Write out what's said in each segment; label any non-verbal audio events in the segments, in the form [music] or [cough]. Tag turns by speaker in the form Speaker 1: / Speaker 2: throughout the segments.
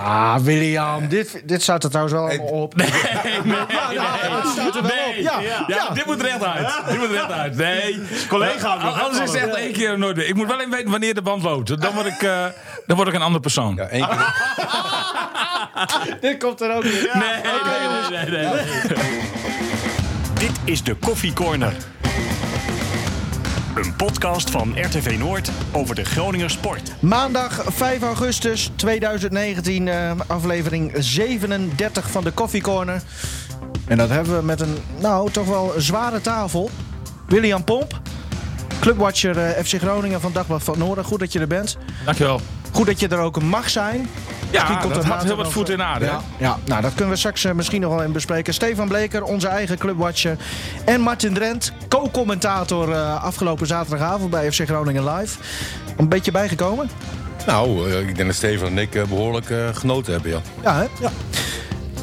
Speaker 1: Ah, William, dit, dit staat er trouwens wel allemaal op. [laughs]
Speaker 2: Ja,
Speaker 1: het staat er wel op. Ja,
Speaker 2: ja.
Speaker 1: ja.
Speaker 2: dit moet recht uit. Dit moet recht uit. Nee.
Speaker 3: collega
Speaker 2: Al- Anders is het echt één keer nooit weer. Ik moet wel even weten wanneer de band loopt. Dan word ik, eh, dan word ik een ander persoon.
Speaker 4: Ja, één keer.
Speaker 1: Dit komt er ook in.
Speaker 2: Nee, nee, nee, nee, nee.
Speaker 5: Dit is de Koffie Corner. Een podcast van RTV Noord over de Groninger sport.
Speaker 1: Maandag 5 augustus 2019, eh, aflevering 37 van de Coffee Corner. En dat hebben we met een, nou, toch wel zware tafel. William Pomp, clubwatcher eh, FC Groningen van Dagblad van Noorden. Goed dat je er bent.
Speaker 2: Dankjewel.
Speaker 1: Goed dat je er ook mag zijn.
Speaker 2: Ja,
Speaker 1: komt
Speaker 2: dat
Speaker 1: er
Speaker 2: had
Speaker 1: later
Speaker 2: heel wat
Speaker 1: nog,
Speaker 2: voet in de aarde. hè?
Speaker 1: Ja, ja, nou dat kunnen we straks eh, misschien nog wel in bespreken. Stefan Bleker, onze eigen clubwatcher. En Martin Drent, co-commentator eh, afgelopen zaterdagavond bij FC Groningen Live. Een beetje bijgekomen.
Speaker 4: Nou, eh, ik denk dat Steven en ik eh, behoorlijk eh, genoten hebben, ja.
Speaker 1: Ja, hè? Ja.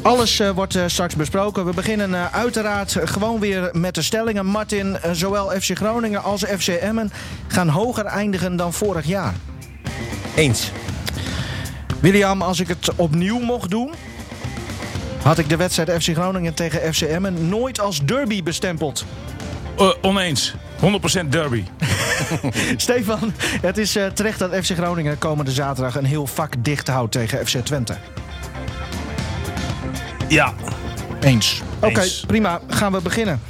Speaker 1: Alles eh, wordt eh, straks besproken. We beginnen eh, uiteraard gewoon weer met de stellingen. Martin, eh, zowel FC Groningen als FC Emmen gaan hoger eindigen dan vorig jaar.
Speaker 4: Eens.
Speaker 1: William, als ik het opnieuw mocht doen... had ik de wedstrijd FC Groningen tegen FC Emmen nooit als derby bestempeld.
Speaker 2: Eh, oneens. 100% derby.
Speaker 1: Stefan, het is eh, terecht dat FC Groningen komende zaterdag... een heel vak dicht houdt tegen FC Twente.
Speaker 3: Ja.
Speaker 1: Eens. Oké,
Speaker 3: Eens.
Speaker 1: prima. Gaan we beginnen.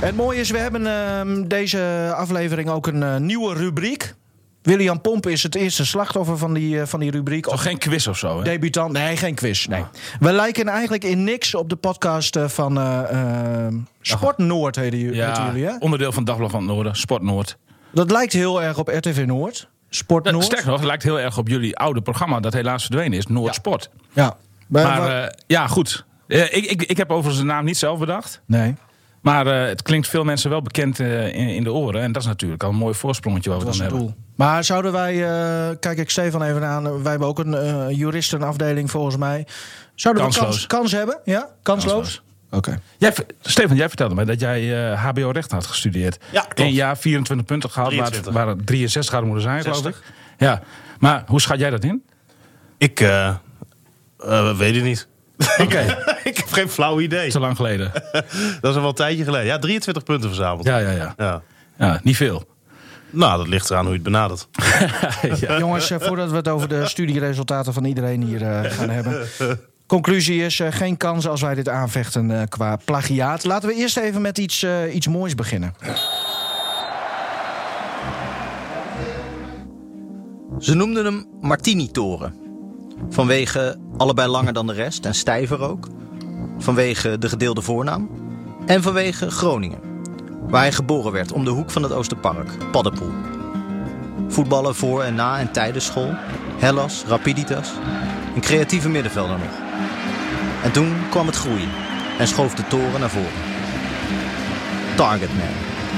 Speaker 1: Het mooie is, we hebben ehm, deze aflevering ook een eh, nieuwe rubriek. William Pomp is het eerste slachtoffer van die, eh, van die rubriek.
Speaker 2: Toch geen quiz of zo, hè?
Speaker 1: Debutant, nee, geen quiz. Nee. We lijken eigenlijk in niks op de podcast eh, van eh, ehm, Sport Noord, heten ju- heten jullie. Hè?
Speaker 2: onderdeel van Dagblad van het Noorden, Sport Noord.
Speaker 1: Dat lijkt heel erg op RTV Noord. Sport
Speaker 2: Dat-
Speaker 1: Noord.
Speaker 2: Sterker nog, het lijkt heel erg op jullie oude programma dat helaas verdwenen is, Noord Sport.
Speaker 1: Ja. Maar,
Speaker 2: Maar
Speaker 1: wa-
Speaker 2: eh, ja, goed. Eh, ik, ik, ik heb overigens de naam niet zelf bedacht.
Speaker 1: nee.
Speaker 2: Maar eh, het klinkt veel mensen wel bekend eh, in, in de oren. En dat is natuurlijk al een mooi voorsprongetje wat we
Speaker 1: Dat was
Speaker 2: dan
Speaker 1: het
Speaker 2: hebben.
Speaker 1: doel. Maar zouden wij, eh, kijk ik Stefan even aan, eh, wij hebben ook een eh, juristenafdeling volgens mij. Zouden we
Speaker 2: Kansloos.
Speaker 1: kans, kans hebben? Ja, kansloos.
Speaker 2: Kansloos.
Speaker 1: Oké.
Speaker 2: Jij, ver- Stefan, jij vertelde mij dat jij eh, HBO rechten had gestudeerd.
Speaker 3: Ja, klopt.
Speaker 2: Eén jaar 24 punten gehaald, waar het-
Speaker 3: 23.
Speaker 2: waar het 63 hadden moeten zijn, geloof ik. Ja, maar hoe schat jij dat in?
Speaker 3: Ik eh, eh, weet het niet.
Speaker 2: Oké,
Speaker 3: [laughs] ik heb geen flauw idee.
Speaker 2: te lang geleden.
Speaker 3: Dat is al wel een tijdje geleden. Ja, 23 punten verzameld.
Speaker 2: Ja, ja, ja.
Speaker 3: Ja.
Speaker 2: ja niet veel. [laughs]
Speaker 3: Nou, dat ligt eraan hoe je het benadert.
Speaker 1: Jongens, eh, voordat we het over de studieresultaten van iedereen hier eh, gaan hebben. Conclusie is eh, geen kans als wij dit aanvechten eh, qua plagiaat. Laten we eerst even met iets, eh, iets moois beginnen.
Speaker 6: Ze noemden hem Martini-toren. Vanwege allebei langer dan de rest en stijver ook. Vanwege de gedeelde voornaam. En vanwege Groningen. Waar hij geboren werd, om de hoek van het Oosterpark, Paddenpoel. Voetballen voor en na en tijdens school. Hellas, Rapiditas. Een creatieve middenvelder nog. En toen kwam het groeien. En schoof de toren naar voren. Targetman.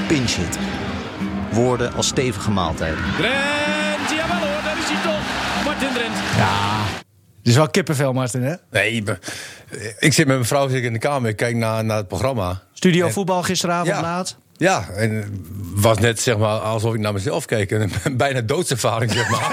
Speaker 6: Pinch hitter. Woorden als stevige maaltijden.
Speaker 1: Het is wel kippenvel, Martin, hè?
Speaker 4: Nee, be- ik zit met mijn vrouw zit ik in de kamer, ik kijk naar, naar het programma.
Speaker 1: Studio voetbal gisteravond
Speaker 4: Ja.
Speaker 1: laat.
Speaker 4: Ja, en het was net zeg maar alsof ik naar mezelf keek. Een [laughs] bijna doodservaring, zeg maar.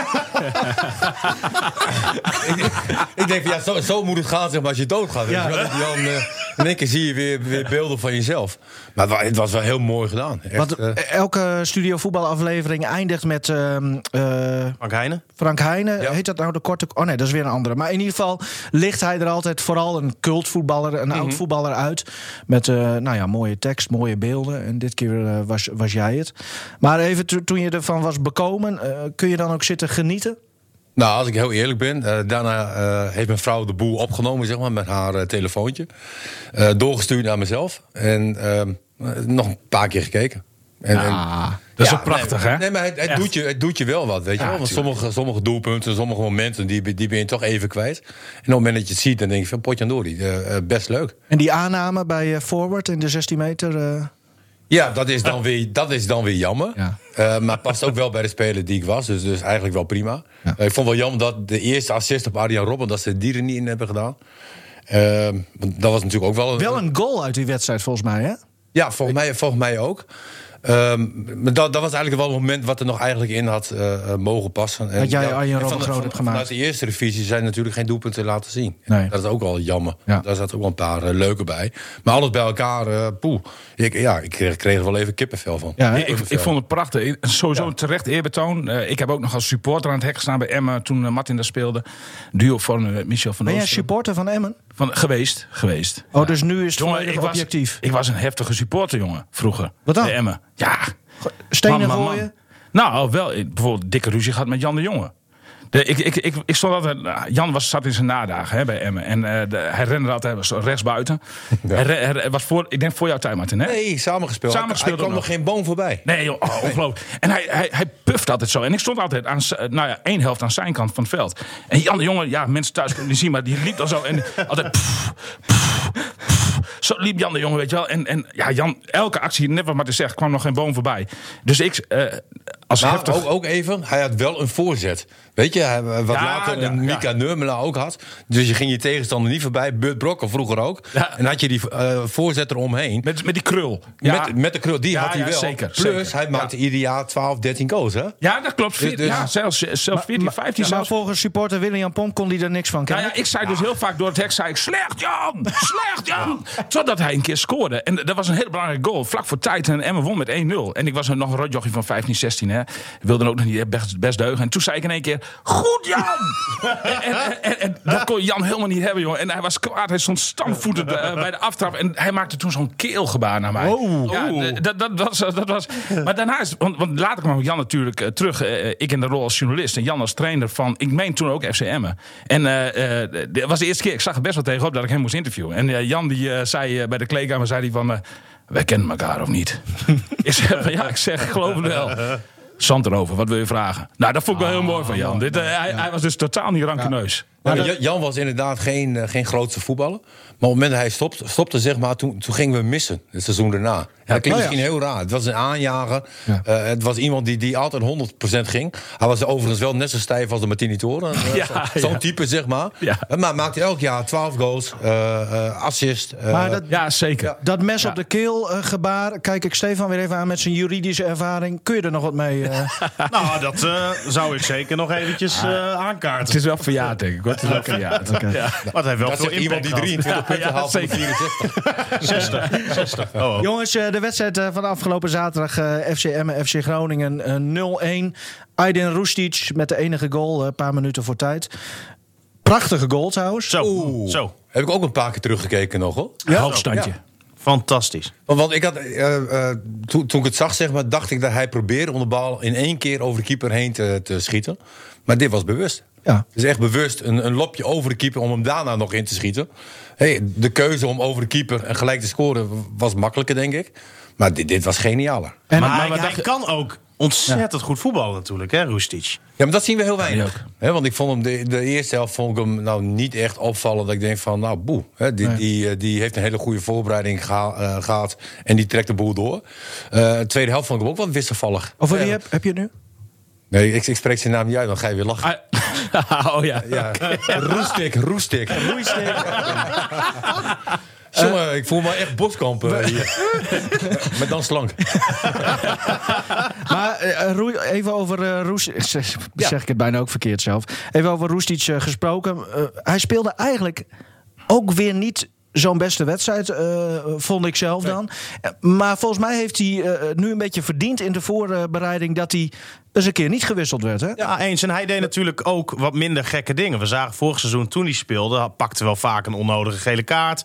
Speaker 4: [laughs] ik, ik denk van ja, zo, zo moet het gaan, zeg maar, als je doodgaat. Ja. Dan, eh, in één keer zie je weer, weer beelden van jezelf. Maar het wa- het was wel heel mooi gedaan. Echt,
Speaker 1: Want
Speaker 4: eh,
Speaker 1: eh, elke studio voetbalaflevering eindigt met ehm, eh,
Speaker 3: Frank Heijnen?
Speaker 1: Frank Heijnen,
Speaker 4: Ja.
Speaker 1: heet dat nou de korte... Oh nee, dat is weer een andere. Maar in ieder geval ligt hij er altijd vooral een cultvoetballer, een
Speaker 2: Mhm.
Speaker 1: oud voetballer uit. Met eh, nou ja, mooie tekst, mooie beelden. En dit keer eh, was, was jij het. Maar even to- toen je ervan was bekomen, eh, kun je dan ook zitten genieten?
Speaker 4: Nou, als ik heel eerlijk ben, eh, daarna eh, heeft mijn vrouw de boel opgenomen, zeg maar, met haar eh, telefoontje. Eh, doorgestuurd naar mezelf. En ehm, eh, nog een paar keer gekeken. En, en-
Speaker 2: dat is
Speaker 4: Ja,
Speaker 2: wel prachtig,
Speaker 4: nee,
Speaker 2: hè?
Speaker 4: Nee, maar het, het
Speaker 2: Echt.
Speaker 4: doet je, het doet je wel wat, weet je wel. Want sommige, sommige doelpunten, sommige momenten, die, ben- die ben je toch even kwijt. En op het moment dat je het ziet, dan denk je van, potjandori, eh eh, best leuk.
Speaker 1: En die aanname bij eh, Forward in de 16 meter... eh,
Speaker 4: Ja, dat is dan weer, dat is dan weer jammer.
Speaker 1: Ja.
Speaker 4: Eh, maar past ook wel bij de speler die ik was. Dus, dus eigenlijk wel prima. Eh, ik vond wel jammer dat de eerste assist op Arjan Robben... dat ze die er niet in hebben gedaan. Ehm, want dat was natuurlijk ook wel...
Speaker 1: wel een goal uit die wedstrijd volgens mij, hè?
Speaker 4: Ja, volgens mij, volgens mij ook. Ehm, maar dat, dat was eigenlijk wel het moment wat er nog eigenlijk in had eh, eh, mogen passen. En
Speaker 1: Dat jij
Speaker 4: ja,
Speaker 1: Arjen
Speaker 4: en
Speaker 1: Robben
Speaker 4: van de-
Speaker 1: groot
Speaker 4: van-
Speaker 1: hebt gemaakt.
Speaker 4: Vanuit de eerste divisie zijn natuurlijk geen doelpunten laten zien.
Speaker 1: Nee.
Speaker 4: Dat is ook wel jammer.
Speaker 1: Ja.
Speaker 4: Daar zaten ook wel een paar eh, leuke bij. Maar alles bij elkaar, eh, poeh. Ik, ja, ik kreeg, kreeg er wel even kippenvel van.
Speaker 1: Ja, hè?
Speaker 2: Ja, ik, ik vond het prachtig. Ik- Sowieso een terecht eerbetoon. Eh, ik heb ook nog als supporter aan het hek gestaan bij Emma toen eh, Martin daar speelde. Duo van eh, Michel van
Speaker 1: Ben jij
Speaker 2: Oosten.
Speaker 1: supporter van Emmen?
Speaker 2: Van, geweest, geweest.
Speaker 1: Oh, dus nu is het
Speaker 2: Jongen,
Speaker 1: volledig
Speaker 2: ik was,
Speaker 1: objectief.
Speaker 2: ik was een heftige supporter, jongen, vroeger.
Speaker 1: Wat dan?
Speaker 2: Bij Emmen. Ja.
Speaker 1: Stenen
Speaker 2: Man, man, man.
Speaker 1: gooien?
Speaker 2: Nou, wel. ik- Bijvoorbeeld dikke ruzie gehad met Jan de Jonge. De, ik, ik, ik, ik stond altijd, nou, Jan was, zat in zijn nadagen hè, bij Emmen. En eh, de- hij rende altijd hij was rechts buiten. Hij, re- hij re- was voor, ik denk voor jouw tijd, Martin. Hè?
Speaker 4: Nee, samengespeeld.
Speaker 2: Samengespeeld
Speaker 4: Hij kwam
Speaker 2: ook
Speaker 4: nog
Speaker 2: nog.
Speaker 4: geen boom voorbij.
Speaker 2: Nee, joh, oh, ongelooflijk. En hij, hij, hij puft altijd zo. En ik stond altijd aan, z- nou ja, één helft aan zijn kant van het veld. En Jan de Jonge, ja, mensen thuis kunnen niet zien, maar die liep dan zo. En altijd. pff, pff, pff. zo liep Jan de Jonge, weet je wel. En, en ja, Jan, elke actie, net wat Martin zegt, kwam nog geen boom voorbij. Dus ik, eh, als
Speaker 4: Maar
Speaker 2: heftig.
Speaker 4: Nou, ook, ook even, hij had wel een voorzet. Weet je, hij- wat
Speaker 2: Ja,
Speaker 4: later
Speaker 2: ja,
Speaker 4: een Mika
Speaker 2: ja.
Speaker 4: Nurmela ook had. Dus je ging je tegenstander niet voorbij. Burt Brokken vroeger ook.
Speaker 2: Ja.
Speaker 4: En had je die eh, voorzet eromheen.
Speaker 2: Met, met die krul. Ja,
Speaker 4: Met, met de krul, die
Speaker 2: Ja,
Speaker 4: had hij
Speaker 2: ja,
Speaker 4: wel.
Speaker 2: zeker,
Speaker 4: Plus,
Speaker 2: zeker.
Speaker 4: hij maakte ieder jaar 12, 13 goals, hè?
Speaker 2: ja dat klopt.
Speaker 4: Dus-
Speaker 2: Veert-
Speaker 4: dus-
Speaker 2: ja, zelfs, zelfs 14, 15
Speaker 1: Maar
Speaker 2: zelfs.
Speaker 1: volgens supporter William Pomp kon die er niks van
Speaker 2: Nou
Speaker 1: kennen.
Speaker 2: ja, ik zei dus heel vaak door het hek, zei ik, slecht Jan, slecht Jan. Totdat hij een keer scoorde. En dat was een heel belangrijk goal, vlak voor tijd. En Emmen won met 1-0. En ik was nog een rotjochie van 15, 16. Hè. Wilde ook nog niet best, best deugen. En toen zei ik in één keer, goed Jan. en, en, en- en dat kon Jan helemaal niet hebben, jongen. En hij was kwaad, hij stond stampvoeten eh, bij de aftrap. En hij maakte toen zo'n keelgebaar naar mij. Ja, d- dat, dat, was, dat was... Maar daarna is... Want, want later kwam Jan natuurlijk eh, terug. eh, ik in de rol als journalist en Jan als trainer van... Ik meen toen ook FC Emmen. En eh, eh, dat was de eerste keer. Ik zag er best wel tegenop dat ik hem moest interviewen. En eh, Jan die eh, zei eh, bij de kleedkamer... Zei die van... eh, wij kennen elkaar of niet? [laughs] ik zeg van, ja, ik zeg, ik geloof het wel. Zand erover, wat wil je vragen? Nou, dat vond ik wel heel mooi van Jan. Dit, eh, hij, hij was dus totaal niet rankeneus.
Speaker 4: Ja, maar Jan- Jan was inderdaad geen, eh, geen grootste voetballer. Maar op het moment dat hij stopte, stopte zeg maar, toen, toen gingen we missen. Het seizoen daarna. dat klinkt
Speaker 1: Oh ja.
Speaker 4: misschien heel raar. Het was een aanjager. Eh, het was iemand die, die altijd 100% ging. Hij was overigens wel net zo stijf als de Martini Toren. Eh,
Speaker 2: Ja,
Speaker 4: zo- Zo'n
Speaker 2: ja.
Speaker 4: type, zeg maar.
Speaker 2: Ja.
Speaker 4: Eh, Maar maakte elk jaar 12 goals, eh, eh, assist. eh,
Speaker 1: Maar dat,
Speaker 2: Ja, zeker.
Speaker 1: dat mes op de keel eh, gebaar, kijk ik Stefan weer even aan met zijn juridische ervaring. Kun je er nog wat mee? eh?
Speaker 3: Nou, dat eh, zou ik zeker nog eventjes eh, aankaarten.
Speaker 2: Het is wel verjaard, denk ik. hoor. Het is wel verjaard. Ja.
Speaker 3: Wat heeft wel
Speaker 4: dat
Speaker 3: veel
Speaker 4: zegt iemand
Speaker 3: impact
Speaker 4: die
Speaker 3: gehad.
Speaker 4: 23 punten
Speaker 2: Ja,
Speaker 4: haalt van de
Speaker 2: zeker.
Speaker 4: 64.
Speaker 3: 60, 60. Oh, oh.
Speaker 1: Jongens, eh, de wedstrijd eh, van afgelopen zaterdag eh FC Emmen, FC Groningen eh, 0-1. Aydin Rustic met de enige goal, eh, een paar minuten voor tijd. Prachtige goal trouwens.
Speaker 3: Zo, zo.
Speaker 4: Heb ik ook een paar keer teruggekeken nog, hoor.
Speaker 2: Hoogstandje.
Speaker 3: Fantastisch.
Speaker 4: Want, want ik had, eh, eh, toen, toen ik het zag, zeg maar, dacht ik dat hij probeerde om de bal in één keer over de keeper heen te, te schieten. Maar dit was bewust.
Speaker 1: Ja.
Speaker 4: Het is echt bewust een, een lopje over de keeper om hem daarna nog in te schieten. Hey, de keuze om over de keeper en gelijk te scoren was makkelijker, denk ik. Maar dit, dit was genialer.
Speaker 1: En,
Speaker 3: maar
Speaker 1: maar
Speaker 3: hij, hij kan ook ontzettend goed voetballen natuurlijk, hè, Roestic.
Speaker 4: Ja, maar dat zien we heel weinig.
Speaker 2: Ja,
Speaker 4: Hè, want ik vond hem de, de eerste helft vond ik hem nou niet echt opvallend. Dat ik denk van, nou boe, hè, die, die, eh, die heeft een hele goede voorbereiding geha- eh, gehad. En die trekt de boel door. Eh, de tweede helft vond ik hem ook wat wisselvallig.
Speaker 1: over
Speaker 4: Ja,
Speaker 1: Oh, wie heb, heb je het nu?
Speaker 4: Nee, ik, ik spreek zijn naam niet uit, dan ga je weer lachen.
Speaker 2: Ah, [laughs] oh ja.
Speaker 4: ja. [laughs] Roestik, roestik. Jongen, ik voel me echt boskamp eh, hier. Maar dan slank.
Speaker 1: Maar eh, eh, Roe- even over eh Roes- [laughs] zeg ik het bijna ook verkeerd zelf. Even over Roestic eh, gesproken. Eh, hij speelde eigenlijk ook weer niet zo'n beste wedstrijd, eh, vond ik zelf dan. Eh, Maar volgens mij heeft hij eh, nu een beetje verdiend in de voorbereiding dat hij eens een keer niet gewisseld werd. Hè?
Speaker 3: Ja, eens. En hij deed natuurlijk ook wat minder gekke dingen. We zagen vorig seizoen toen hij speelde, hij pakte wel vaak een onnodige gele kaart.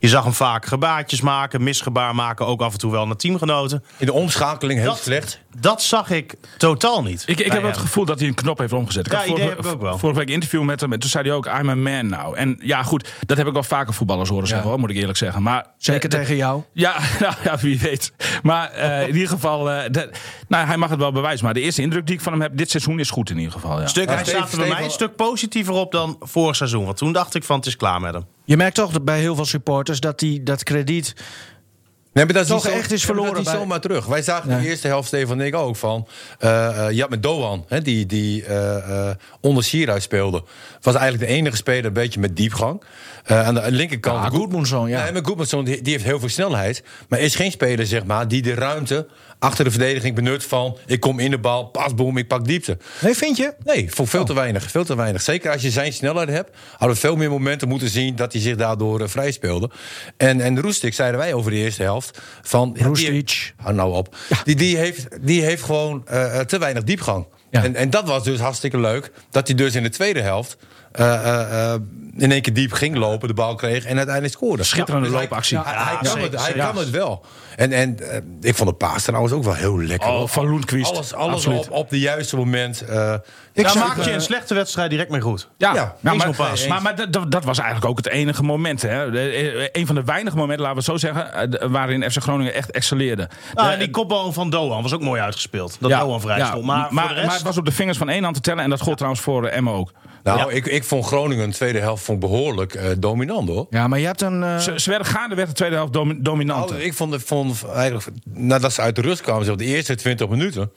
Speaker 3: Je zag hem vaak gebaartjes maken, misgebaar maken, ook af en toe wel naar teamgenoten.
Speaker 4: In de omschakeling heel slecht.
Speaker 3: dat zag ik totaal niet.
Speaker 2: Ik, ik
Speaker 3: bij
Speaker 2: heb wel het
Speaker 3: hem.
Speaker 2: gevoel dat hij een knop heeft omgezet. Ik
Speaker 3: Nou Ja,
Speaker 2: had
Speaker 3: idee
Speaker 2: vorige,
Speaker 3: heb ik ook wel.
Speaker 2: vorige week een interview met hem en toen zei hij ook, I'm a man now. En ja, goed, dat heb ik wel vaker voetballers horen zeggen, hoor, moet ik eerlijk zeggen. Maar,
Speaker 1: Zeker
Speaker 2: eh, dat-
Speaker 1: tegen jou.
Speaker 2: Ja, [laughs] nou, ja, wie weet. Maar eh, in ieder geval, eh, dat- nou, hij mag het wel bewijzen. Maar de eerste indruk die ik van hem heb dit seizoen is goed in ieder geval. Ja.
Speaker 3: Stuk, hij
Speaker 4: Steven-
Speaker 3: staat er bij mij een
Speaker 4: Steven-
Speaker 3: stuk positiever op dan vorig seizoen. Want toen dacht ik van, het is klaar met hem.
Speaker 1: Je merkt toch dat bij heel veel supporters dat die, dat krediet
Speaker 4: Nee, maar dat is
Speaker 1: Toch
Speaker 4: niet zo-
Speaker 1: echt is
Speaker 4: Ja, maar
Speaker 1: verloren
Speaker 4: Dat is niet
Speaker 1: bij-
Speaker 4: zomaar terug. Wij zagen in de eerste helft, Stefan en ik ook, van... eh eh, je had met Doan, hè, die, die eh, eh, onder Sierhuis speelde. Was eigenlijk de enige speler een beetje met diepgang. Eh, aan de linkerkant...
Speaker 1: Ja, Goedmundsson, ja.
Speaker 4: Nee, maar Goedmundsson, die, die heeft heel veel snelheid. Maar is geen speler, zeg maar, die de ruimte achter de verdediging benut van... ik kom in de bal, pas, boom, ik pak diepte.
Speaker 1: Nee, vind je?
Speaker 4: Nee, voor veel te
Speaker 2: Oh.
Speaker 4: weinig. Veel te weinig. Zeker als je zijn snelheid hebt, hadden we veel meer momenten moeten zien dat hij zich daardoor eh, vrij speelde. En, en Roestic zeiden wij over de eerste helft van. ja, die-
Speaker 1: Roestic.
Speaker 4: Hou nou op. Die, die, heeft, die heeft gewoon eh, eh, te weinig diepgang.
Speaker 1: Ja.
Speaker 4: En, en dat was dus hartstikke leuk. Dat hij dus in de tweede helft eh, eh, eh, in één keer diep ging lopen, de bal kreeg en uiteindelijk scoorde. dus
Speaker 2: Schitterende
Speaker 4: hij-
Speaker 2: loopactie.
Speaker 4: Hij,
Speaker 2: Ja,
Speaker 4: hij kan,
Speaker 2: zeker,
Speaker 4: het, hij
Speaker 2: zeker.
Speaker 4: kan het wel. En, en eh, ik vond de paas trouwens ook wel heel lekker.
Speaker 2: Oh,
Speaker 4: hoor.
Speaker 2: van Loenquist.
Speaker 4: Alles, alles
Speaker 2: Absoluut.
Speaker 4: op, op de juiste moment. eh,
Speaker 3: Daar
Speaker 1: zou-
Speaker 3: maak je een slechte wedstrijd direct mee goed.
Speaker 2: Ja,
Speaker 4: Ja,
Speaker 2: maar,
Speaker 3: eens
Speaker 2: maar,
Speaker 3: op paas.
Speaker 2: maar, maar dat- dat, dat was eigenlijk ook het enige moment. Hè. De- eh, Een van de weinige momenten, laten we het zo zeggen, eh, de- waarin FC Groningen echt excelleerde.
Speaker 3: Nou,
Speaker 2: De-
Speaker 3: en die kopbal van Doan was ook mooi uitgespeeld. Dat
Speaker 2: ja,
Speaker 3: Doan vrij
Speaker 2: ja,
Speaker 3: stond. Maar,
Speaker 2: maar,
Speaker 3: voor de rest...
Speaker 2: maar het was op de vingers van één hand te tellen. En dat gold trouwens voor eh, Emma ook.
Speaker 4: Nou, ik, ik vond Groningen in de tweede helft vond ik behoorlijk eh, dominant hoor.
Speaker 1: Ja, maar je hebt een... eh,
Speaker 2: Ze, ze werden gaande, werd de tweede helft domi- dominanter.
Speaker 4: Nou, ik vond, het- vond eigenlijk, nadat ze uit de rust kwamen, zeg, op de eerste 20 minuten.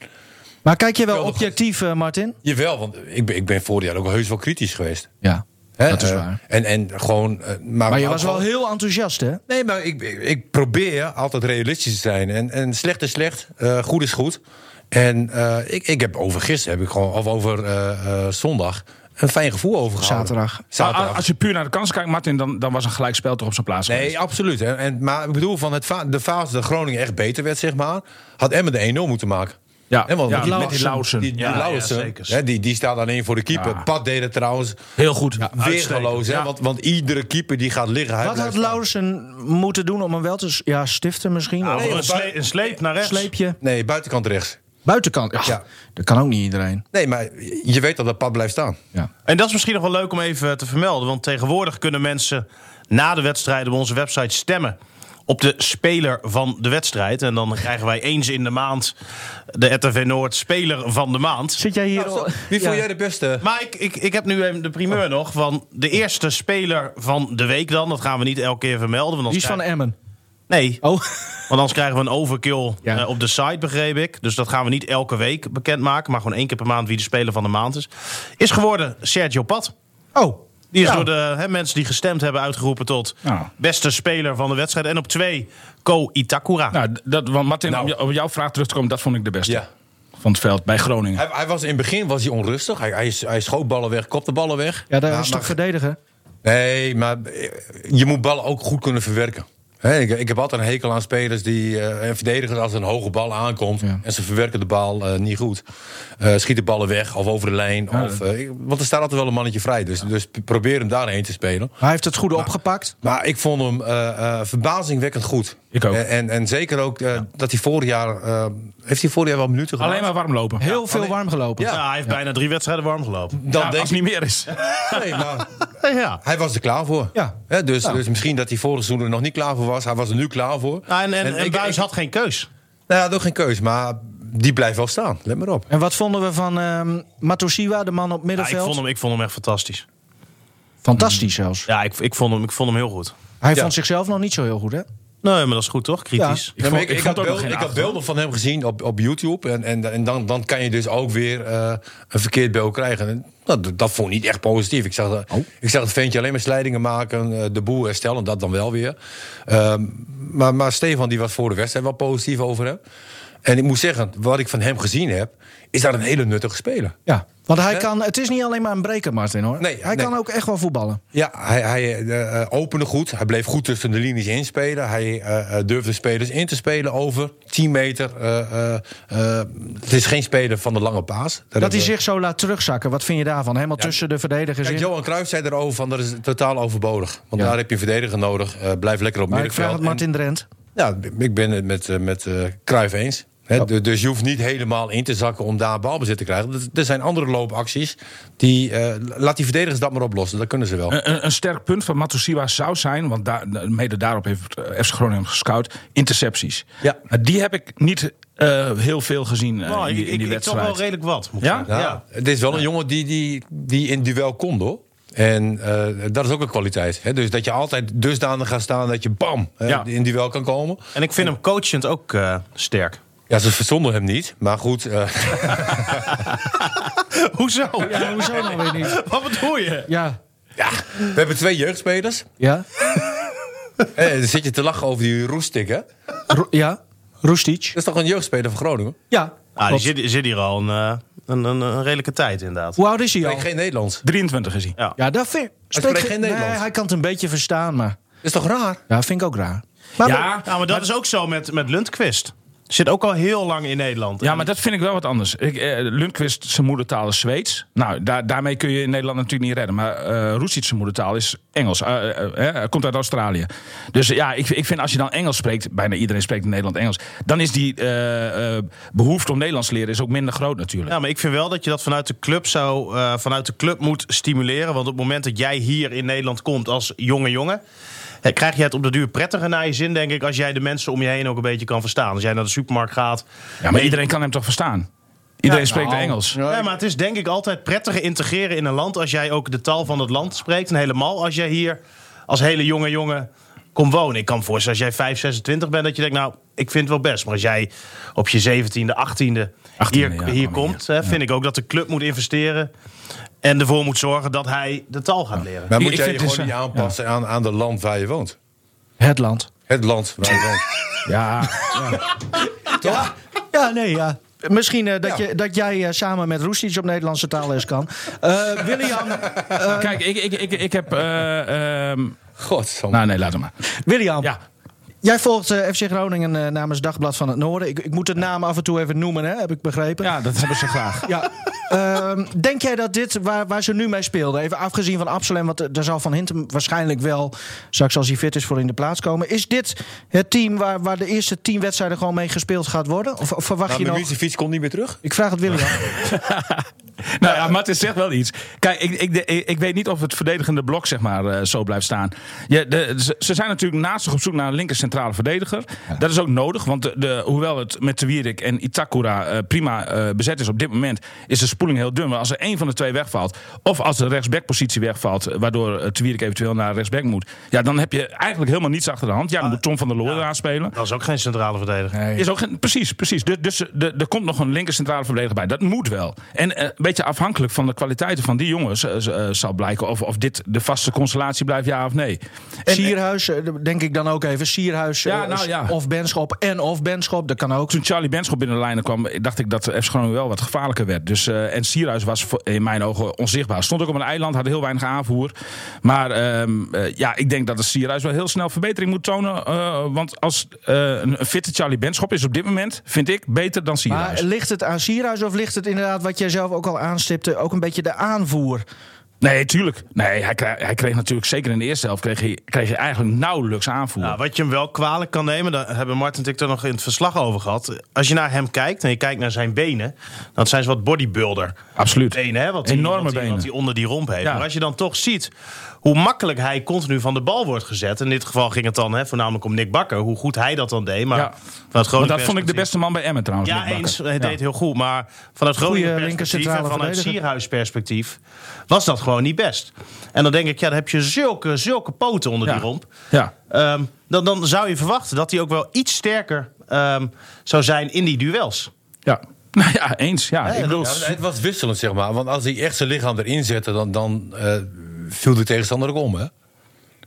Speaker 1: Maar kijk je wel
Speaker 4: Geweldig. Oh,
Speaker 1: objectief, eh, Martin?
Speaker 4: Jawel, want ik ben, ik ben vorig jaar ook heus wel kritisch geweest.
Speaker 1: Ja,
Speaker 4: Hè,
Speaker 1: dat is
Speaker 4: eh,
Speaker 1: waar.
Speaker 4: En, en gewoon, eh, maar,
Speaker 1: Maar je
Speaker 4: ook
Speaker 1: was wel
Speaker 4: gewoon-
Speaker 1: heel enthousiast, hè?
Speaker 4: Nee, maar ik, ik- ik probeer altijd realistisch te zijn. En, en slecht is slecht, eh, goed is goed. En eh, ik, ik heb over gisteren, heb ik gewoon, of over eh, eh, zondag, een fijn gevoel over gehad.
Speaker 1: Zaterdag.
Speaker 2: Maar a- Als je puur naar de kansen kijkt, Martin, dan, dan was een gelijkspel toch op zijn plaats. geweest.
Speaker 4: Nee, absoluut. hè. En, maar ik bedoel, van het fa- de fase dat Groningen echt beter werd, zeg maar, had Emmen de 1-0 moeten maken.
Speaker 2: Ja,
Speaker 4: Hè, want
Speaker 2: ja,
Speaker 4: met die-
Speaker 2: met
Speaker 4: met
Speaker 2: die Lauwersen.
Speaker 4: Die, die
Speaker 3: Ja,
Speaker 4: Lauwersen,
Speaker 3: ja, zeker.
Speaker 4: hè, die, die staat alleen voor de keeper.
Speaker 2: Ja.
Speaker 4: Pat deed het trouwens
Speaker 2: Heel goed.
Speaker 4: weergeloos. hè, want, want iedere keeper die gaat liggen. hij
Speaker 1: Wat
Speaker 4: blijft
Speaker 1: had
Speaker 4: staan.
Speaker 1: Laurensen moeten doen om hem wel te... s- Ja, stiften misschien?
Speaker 3: Nou,
Speaker 1: of
Speaker 3: een,
Speaker 4: want bij-
Speaker 3: sle- een sleep naar rechts.
Speaker 1: sleepje?
Speaker 4: Nee, buitenkant rechts.
Speaker 1: Buitenkant? Ja,
Speaker 4: Ja.
Speaker 1: dat kan ook niet iedereen.
Speaker 4: Nee, maar je weet dat dat pad blijft staan.
Speaker 1: Ja.
Speaker 3: En dat is misschien nog wel leuk om even te vermelden. Want tegenwoordig kunnen mensen na de wedstrijd op onze website stemmen. Op de speler van de wedstrijd. En dan krijgen wij eens in de maand de RTV Noord speler van de maand.
Speaker 1: Zit jij hier...
Speaker 4: Nou,
Speaker 1: al-
Speaker 4: zo, Wie vond
Speaker 1: Oh, Ja.
Speaker 4: jij de beste?
Speaker 3: Maar ik, ik, ik heb nu even de primeur
Speaker 1: Oh.
Speaker 3: nog van de eerste speler van de week dan. Dat gaan we niet elke keer vermelden. Want
Speaker 1: Die
Speaker 3: anders
Speaker 1: is van
Speaker 3: krijg-
Speaker 1: Emmen.
Speaker 3: Nee,
Speaker 1: Oh,
Speaker 3: Want anders krijgen we een overkill
Speaker 1: Ja.
Speaker 3: eh, op de site, begreep ik. Dus dat gaan we niet elke week bekendmaken. Maar gewoon één keer per maand wie de speler van de maand is. Is geworden Sergio Pat.
Speaker 1: oh.
Speaker 3: Die is
Speaker 1: Ja.
Speaker 3: door de hè, mensen die gestemd hebben uitgeroepen tot
Speaker 2: Nou.
Speaker 3: beste speler van de wedstrijd. En op twee, Ko Itakura.
Speaker 2: Nou, d- dat, want Martin,
Speaker 4: Nou.
Speaker 2: om jou- op jouw vraag terug te komen, dat vond ik de beste.
Speaker 4: Ja.
Speaker 2: Van het veld bij Groningen.
Speaker 4: Hij, hij was in het begin was hij onrustig. Hij, hij, hij schoot ballen weg, kopte ballen weg.
Speaker 1: Ja, daar
Speaker 4: Maar-
Speaker 1: is toch
Speaker 4: maar-
Speaker 1: verdedigen?
Speaker 4: Nee, maar eh, je moet ballen ook goed kunnen verwerken. Hè, ik, ik heb altijd een hekel aan spelers die eh, en verdedigers als er een hoge bal aankomt
Speaker 1: Ja.
Speaker 4: en ze verwerken de bal eh, niet goed. Eh schieten ballen weg of over de lijn. of, eh, ik- want er staat altijd wel een mannetje vrij. Dus, dus probeer hem daarheen te spelen.
Speaker 1: Hij heeft het goed opgepakt.
Speaker 4: Maar ik vond hem eh, eh, verbazingwekkend goed.
Speaker 2: Ik ook.
Speaker 4: En, en, en zeker ook eh, dat hij vorig jaar. eh, heeft hij vorig jaar wel minuten gehad?
Speaker 2: Alleen maar warm lopen.
Speaker 1: Heel veel warm gelopen.
Speaker 3: Ja, hij heeft bijna drie wedstrijden warm gelopen.
Speaker 4: Dan
Speaker 2: Nou,
Speaker 4: denk
Speaker 2: als
Speaker 4: ik.
Speaker 2: het niet meer is.
Speaker 4: Nee, maar
Speaker 3: Ja.
Speaker 4: Hij was er klaar voor.
Speaker 1: Ja.
Speaker 4: Hè, dus, dus misschien dat hij vorig seizoen er nog niet klaar voor was. Hij was er nu klaar voor.
Speaker 3: Nou, en en, en,
Speaker 4: ik-
Speaker 3: Buis
Speaker 4: ik-
Speaker 3: had geen keus.
Speaker 4: Nou, hij had ook geen keus, maar die blijft wel staan. Let maar op.
Speaker 1: En wat vonden we van ehm Matosiwa, de man op
Speaker 3: Ja, ik,
Speaker 1: middenveld?
Speaker 3: vond hem, ik vond hem echt fantastisch.
Speaker 1: Fantastisch zelfs.
Speaker 3: Ja, ik, ik, vond hem, ik vond hem heel goed.
Speaker 1: Hij
Speaker 4: Ja.
Speaker 1: vond zichzelf nog niet zo heel goed, hè?
Speaker 3: Nee, maar dat is goed toch? Kritisch.
Speaker 1: Ja.
Speaker 2: Ik vond-
Speaker 4: Ja, Nou, maar
Speaker 2: ik
Speaker 4: ik, ik,
Speaker 2: vond
Speaker 4: had
Speaker 2: ook nog geen
Speaker 4: beelden, ik had
Speaker 2: acht, hoor.
Speaker 4: beelden van hem gezien op, op YouTube. En, en, en dan, dan kan je dus ook weer eh, een verkeerd beeld krijgen. En dat, dat vond ik niet echt positief. Ik zag,
Speaker 2: Oh.
Speaker 4: dat- ik zag het ventje alleen maar slijdingen maken. eh, De boel herstellen, dat dan wel weer. Ehm, maar, maar Stefan die was voor de wedstrijd wel positief over hem. En ik moet zeggen, wat ik van hem gezien heb... is dat een hele nuttige speler.
Speaker 1: Ja. Want hij kan, het is niet alleen maar een breker, Martin, hoor.
Speaker 4: Nee,
Speaker 1: hij
Speaker 4: nee.
Speaker 1: kan ook echt wel voetballen.
Speaker 4: Ja, hij, hij eh, eh, opende goed. Hij bleef goed tussen de linies inspelen. Hij eh, eh, durfde spelers in te spelen over 10 meter. eh, eh, eh, het is geen speler van de lange paas. Daar
Speaker 1: Dat
Speaker 4: hebben
Speaker 1: hij
Speaker 4: we-
Speaker 1: zich zo laat terugzakken, wat vind je daarvan? Helemaal tussen de verdedigers
Speaker 4: Kijk,
Speaker 1: in.
Speaker 4: Johan Cruijff zei erover van dat is totaal overbodig. Want
Speaker 1: Ja.
Speaker 4: daar heb je een verdediger nodig. Eh, blijf lekker op
Speaker 1: maar ik vraag
Speaker 4: middenveld.
Speaker 1: het Martin Drent.
Speaker 4: En, ja, ik ben het met, eh, met eh, Cruijff eens. Hè, du- Dus je hoeft niet helemaal in te zakken om daar balbezit te krijgen. Er- Er zijn andere loopacties. Die, eh, laat die verdedigers dat maar oplossen. Dat kunnen ze wel.
Speaker 2: Een, een- een sterk punt van Matosiwa zou zijn, want daar, mede daarop heeft eh, FC Groningen gescout, intercepties.
Speaker 4: Ja.
Speaker 2: Maar die heb ik niet eh, heel veel gezien eh,
Speaker 3: Nou,
Speaker 2: in die,
Speaker 3: ik,
Speaker 2: in
Speaker 3: ik,
Speaker 2: die
Speaker 3: ik toch
Speaker 2: wedstrijd.
Speaker 3: wel redelijk wat. moet ik
Speaker 2: Ja?
Speaker 3: zeggen.
Speaker 4: Ja, Het is wel een jongen die, die, die in duel komt hoor. En eh, dat is ook een kwaliteit. Hè? Dus dat je altijd dusdanig gaat staan dat je bam hè,
Speaker 3: Ja.
Speaker 4: in die wel kan komen.
Speaker 3: En ik vind hem coachend ook eh, sterk.
Speaker 4: Ja, ze verzonnen hem niet. Maar goed, eh, [laughs]
Speaker 3: Hoezo?
Speaker 1: Ja, hoezo nou weer niet?
Speaker 3: [laughs] Wat bedoel je?
Speaker 1: Ja.
Speaker 4: ja, we hebben twee jeugdspelers.
Speaker 1: Ja?
Speaker 4: Eh, dan zit je te lachen over die roestik, hè? Dat
Speaker 1: Ro- ja? Roestic?
Speaker 4: is toch een jeugdspeler van Groningen?
Speaker 1: Ja.
Speaker 3: Ah, die
Speaker 1: klopt.
Speaker 3: zit, zit hier al een, eh, een, een, een redelijke tijd inderdaad.
Speaker 1: Hoe oud is hij
Speaker 4: Ik
Speaker 1: al?
Speaker 4: spreekt geen Nederlands.
Speaker 2: 23 is hij.
Speaker 3: Ja.
Speaker 1: Ja, dat vind
Speaker 4: spreekt
Speaker 1: spreek-
Speaker 4: geen
Speaker 1: nee,
Speaker 4: Nederlands.
Speaker 1: hij kan het een beetje verstaan, maar...
Speaker 4: Dat is toch raar?
Speaker 1: Ja, vind ik ook raar. Maar
Speaker 2: Ja,
Speaker 3: Ja, Nou, maar dat is ook zo met, met Lundqvist. Zit ook al heel lang in Nederland.
Speaker 2: Ja, maar dat vind ik wel wat anders. Ik, eh, Lundqvist, zijn moedertaal is Zweeds. Nou, daar, daarmee kun je in Nederland natuurlijk niet redden. Maar eh Rusic, zijn moedertaal is Engels. Eh, eh, eh, Hij komt uit Australië. Dus eh, ja, ik, ik vind als je dan Engels spreekt... bijna iedereen spreekt in Nederland Engels... dan is die eh, eh, behoefte om Nederlands te leren is ook minder groot natuurlijk.
Speaker 3: Ja, maar ik vind wel dat je dat vanuit de club zou, eh, vanuit de club moet stimuleren. Want op het moment dat jij hier in Nederland komt als jonge jongen, eh, krijg je het op de duur prettiger naar je zin, denk ik, als jij de mensen om je heen ook een beetje kan verstaan. Als jij naar de supermarkt gaat.
Speaker 2: Ja, maar iedereen kan hem toch verstaan? Iedereen
Speaker 3: Ja,
Speaker 2: spreekt
Speaker 3: nou,
Speaker 2: Engels.
Speaker 3: Ja, maar het is denk ik altijd prettiger integreren in een land als jij ook de taal van het land spreekt. En helemaal als jij hier als hele jonge jongen komt wonen. Ik kan me voorstellen, als jij 5, 26 bent, dat je denkt, nou, ik vind het wel best. Maar als jij op je 17e, 18e,
Speaker 2: 18e,
Speaker 3: hier,
Speaker 2: ja,
Speaker 3: hier
Speaker 2: kwam
Speaker 3: komt,
Speaker 2: hier.
Speaker 3: hè, vind ik ook dat de club moet investeren. En ervoor moet zorgen dat hij de taal gaat leren.
Speaker 4: Maar moet
Speaker 2: Ik- ik
Speaker 4: jij je
Speaker 2: vind het
Speaker 4: gewoon niet
Speaker 2: zo-
Speaker 4: aanpassen aan, aan de land waar je woont?
Speaker 1: Het land.
Speaker 4: Het land waar je woont.
Speaker 2: Ja,
Speaker 4: Toch?
Speaker 1: Ja, nee, ja. Misschien eh, dat,
Speaker 4: Ja.
Speaker 1: Je, dat jij eh, samen met Roestic op Nederlandse taalles kan. Eh, [laughs] William, eh,
Speaker 2: kijk, ik, ik, ik, ik heb... eh, ehm,
Speaker 4: Godsamme.
Speaker 2: nou nee, laat hem maar.
Speaker 1: William
Speaker 2: Ja,
Speaker 1: jij volgt eh, FC Groningen eh, namens Dagblad van het Noorden. Ik, ik moet de naam af en toe even noemen, hè, heb ik begrepen.
Speaker 2: ja, dat hebben ze graag.
Speaker 1: Ja. Ehm, denk jij dat dit, waar, waar ze nu mee speelden, even afgezien van Absalem, want eh, daar zal Van Hintem waarschijnlijk wel, straks als hij fit is, voor in de plaats komen. Is dit het team waar, waar de eerste tien wedstrijden gewoon mee gespeeld gaat worden? Of, of verwacht
Speaker 4: Nou,
Speaker 1: je
Speaker 4: mijn
Speaker 1: nog...
Speaker 4: fiets komt niet meer terug.
Speaker 1: Ik vraag het William.
Speaker 2: [laughs] Nou ja, maar het zegt wel iets. Kijk, ik, ik, ik, ik weet niet of het verdedigende blok zeg maar, eh, zo blijft staan. Ja, de, ze, ze zijn natuurlijk naast zich op zoek naar een linker centrale verdediger. Dat is ook nodig, want de, de- hoewel het met Tewierik en Itakura eh, prima eh, bezet is op dit moment, is de spoeling heel dun. Maar als er één van de twee wegvalt, of als de rechtsbackpositie wegvalt, eh, waardoor eh, Tewierik eventueel naar rechtsback moet, ja, dan heb je eigenlijk helemaal niets achter de hand. Ja, dan moet Tom van der Loor aanspelen.
Speaker 3: Dat is ook geen centrale verdediger.
Speaker 2: Is ook geen- precies, precies. Dus, dus er- er komt nog een linker centrale verdediger bij. Dat moet wel. En eh, een beetje afhankelijk van de kwaliteiten van die jongens eh, z- eh, zal blijken of, of dit de vaste constellatie blijft, ja of nee. [laughs] En,
Speaker 1: Sierhuis, eh, denk ik dan ook even. Sierhuis eh,
Speaker 2: Ja, nou ja.
Speaker 1: of Benschop en of Benschop, dat kan ook.
Speaker 2: toen Charlie Benschop binnen de lijnen kwam, eh, dacht ik dat FC Groningen wel wat gevaarlijker werd. Dus, eh, en Sierhuis was voor- in mijn ogen onzichtbaar. Stond ook op een eiland, had heel weinig aanvoer. Maar ehm, eh, ja, ik denk dat de Sierhuis wel heel snel verbetering moet tonen. eh, want als eh, een een fitte Charlie Benschop is op dit moment, vind ik, beter dan Sierhuis.
Speaker 1: Maar ligt het aan Sierhuis of ligt het inderdaad, wat jij zelf ook al aanstipte, ook een beetje de aanvoer?
Speaker 2: Nee, tuurlijk. Nee, hij kreeg, hij kreeg natuurlijk, zeker in de eerste helft, kreeg hij, kreeg hij eigenlijk nauwelijks aanvoer.
Speaker 3: Nou, wat je hem wel kwalijk kan nemen, daar hebben Martin en ik er nog in het verslag over gehad. Als je naar hem kijkt en je kijkt naar zijn benen, dan zijn ze wat bodybuilder.
Speaker 2: Absoluut.
Speaker 3: Benen, hè? Wat die-
Speaker 2: Enorme
Speaker 3: wat die-
Speaker 2: benen.
Speaker 3: Wat hij onder die romp heeft.
Speaker 2: Ja.
Speaker 3: Maar als je dan toch ziet hoe makkelijk hij continu van de bal wordt gezet. In dit geval ging het dan hè, voornamelijk om Nick Bakker. Hoe goed hij dat dan deed. Maar,
Speaker 2: Ja.
Speaker 3: vanuit Groningen
Speaker 2: Want dat vond ik de
Speaker 3: perspectief-
Speaker 2: beste man bij Emmen trouwens.
Speaker 3: Ja,
Speaker 2: Nick Bakker.
Speaker 3: eens. Hij deed heel goed. Maar vanuit Groningen perspectief en
Speaker 1: linkercentrale
Speaker 3: vanuit
Speaker 1: verdediger.
Speaker 3: Sierhuis perspectief was dat gewoon niet best. En dan denk ik, ja, dan heb je zulke, zulke poten onder
Speaker 2: Ja.
Speaker 3: die romp.
Speaker 2: Ja.
Speaker 3: Ehm, dan, dan zou je verwachten dat hij ook wel iets sterker ehm, zou zijn in die duels.
Speaker 2: ja. [laughs] Nou ja, eens. Ja. Ik bedoel,
Speaker 4: Ja, het was wisselend, zeg maar. Want als hij echt zijn lichaam erin zette, dan, dan eh, viel de tegenstander ook om, hè?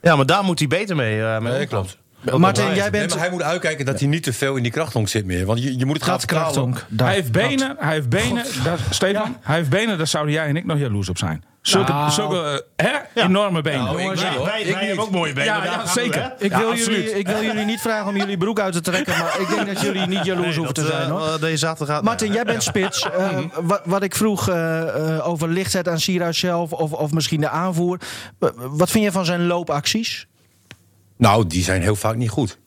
Speaker 3: Ja, maar daar moet hij beter mee. eh, mee
Speaker 4: Nee,
Speaker 3: omgaan.
Speaker 4: klopt.
Speaker 1: Martin, jij
Speaker 4: Nee,
Speaker 1: bent-
Speaker 4: maar hij moet uitkijken dat hij niet te veel in die krachtonk zit meer. Want je, je moet het gaan
Speaker 1: Dat krachtonk. dat-
Speaker 2: hij heeft
Speaker 1: dat.
Speaker 2: benen, hij heeft benen. Daar, Stefan, hij heeft benen, daar zouden jij en ik nog jaloers op zijn. Zulke,
Speaker 3: Nou.
Speaker 2: zulke eh, hè? enorme benen.
Speaker 4: Nou, ik weet
Speaker 3: Wij,
Speaker 4: hoor.
Speaker 3: wij,
Speaker 4: Ik
Speaker 3: wij hebben
Speaker 4: niet.
Speaker 3: ook mooie benen.
Speaker 2: Ja,
Speaker 3: daar
Speaker 2: ja,
Speaker 3: gaan we,
Speaker 2: zeker.
Speaker 3: hè?
Speaker 1: Ik,
Speaker 2: Ja,
Speaker 1: wil
Speaker 2: absoluut.
Speaker 1: jullie, ik wil jullie niet vragen om jullie broek uit te trekken, maar ik denk dat jullie niet jaloers
Speaker 3: Nee,
Speaker 1: hoeven te
Speaker 3: dat,
Speaker 1: zijn.
Speaker 3: eh,
Speaker 1: Hoor.
Speaker 3: wel, Deze zaterdag.
Speaker 1: Martin, jij bent spits. Eh, wat, wat ik vroeg eh, eh, over lichtheid aan Sierhuis zelf of, of misschien de aanvoer. Wa- Wat vind je van zijn loopacties?
Speaker 4: Nou, die zijn heel vaak niet goed.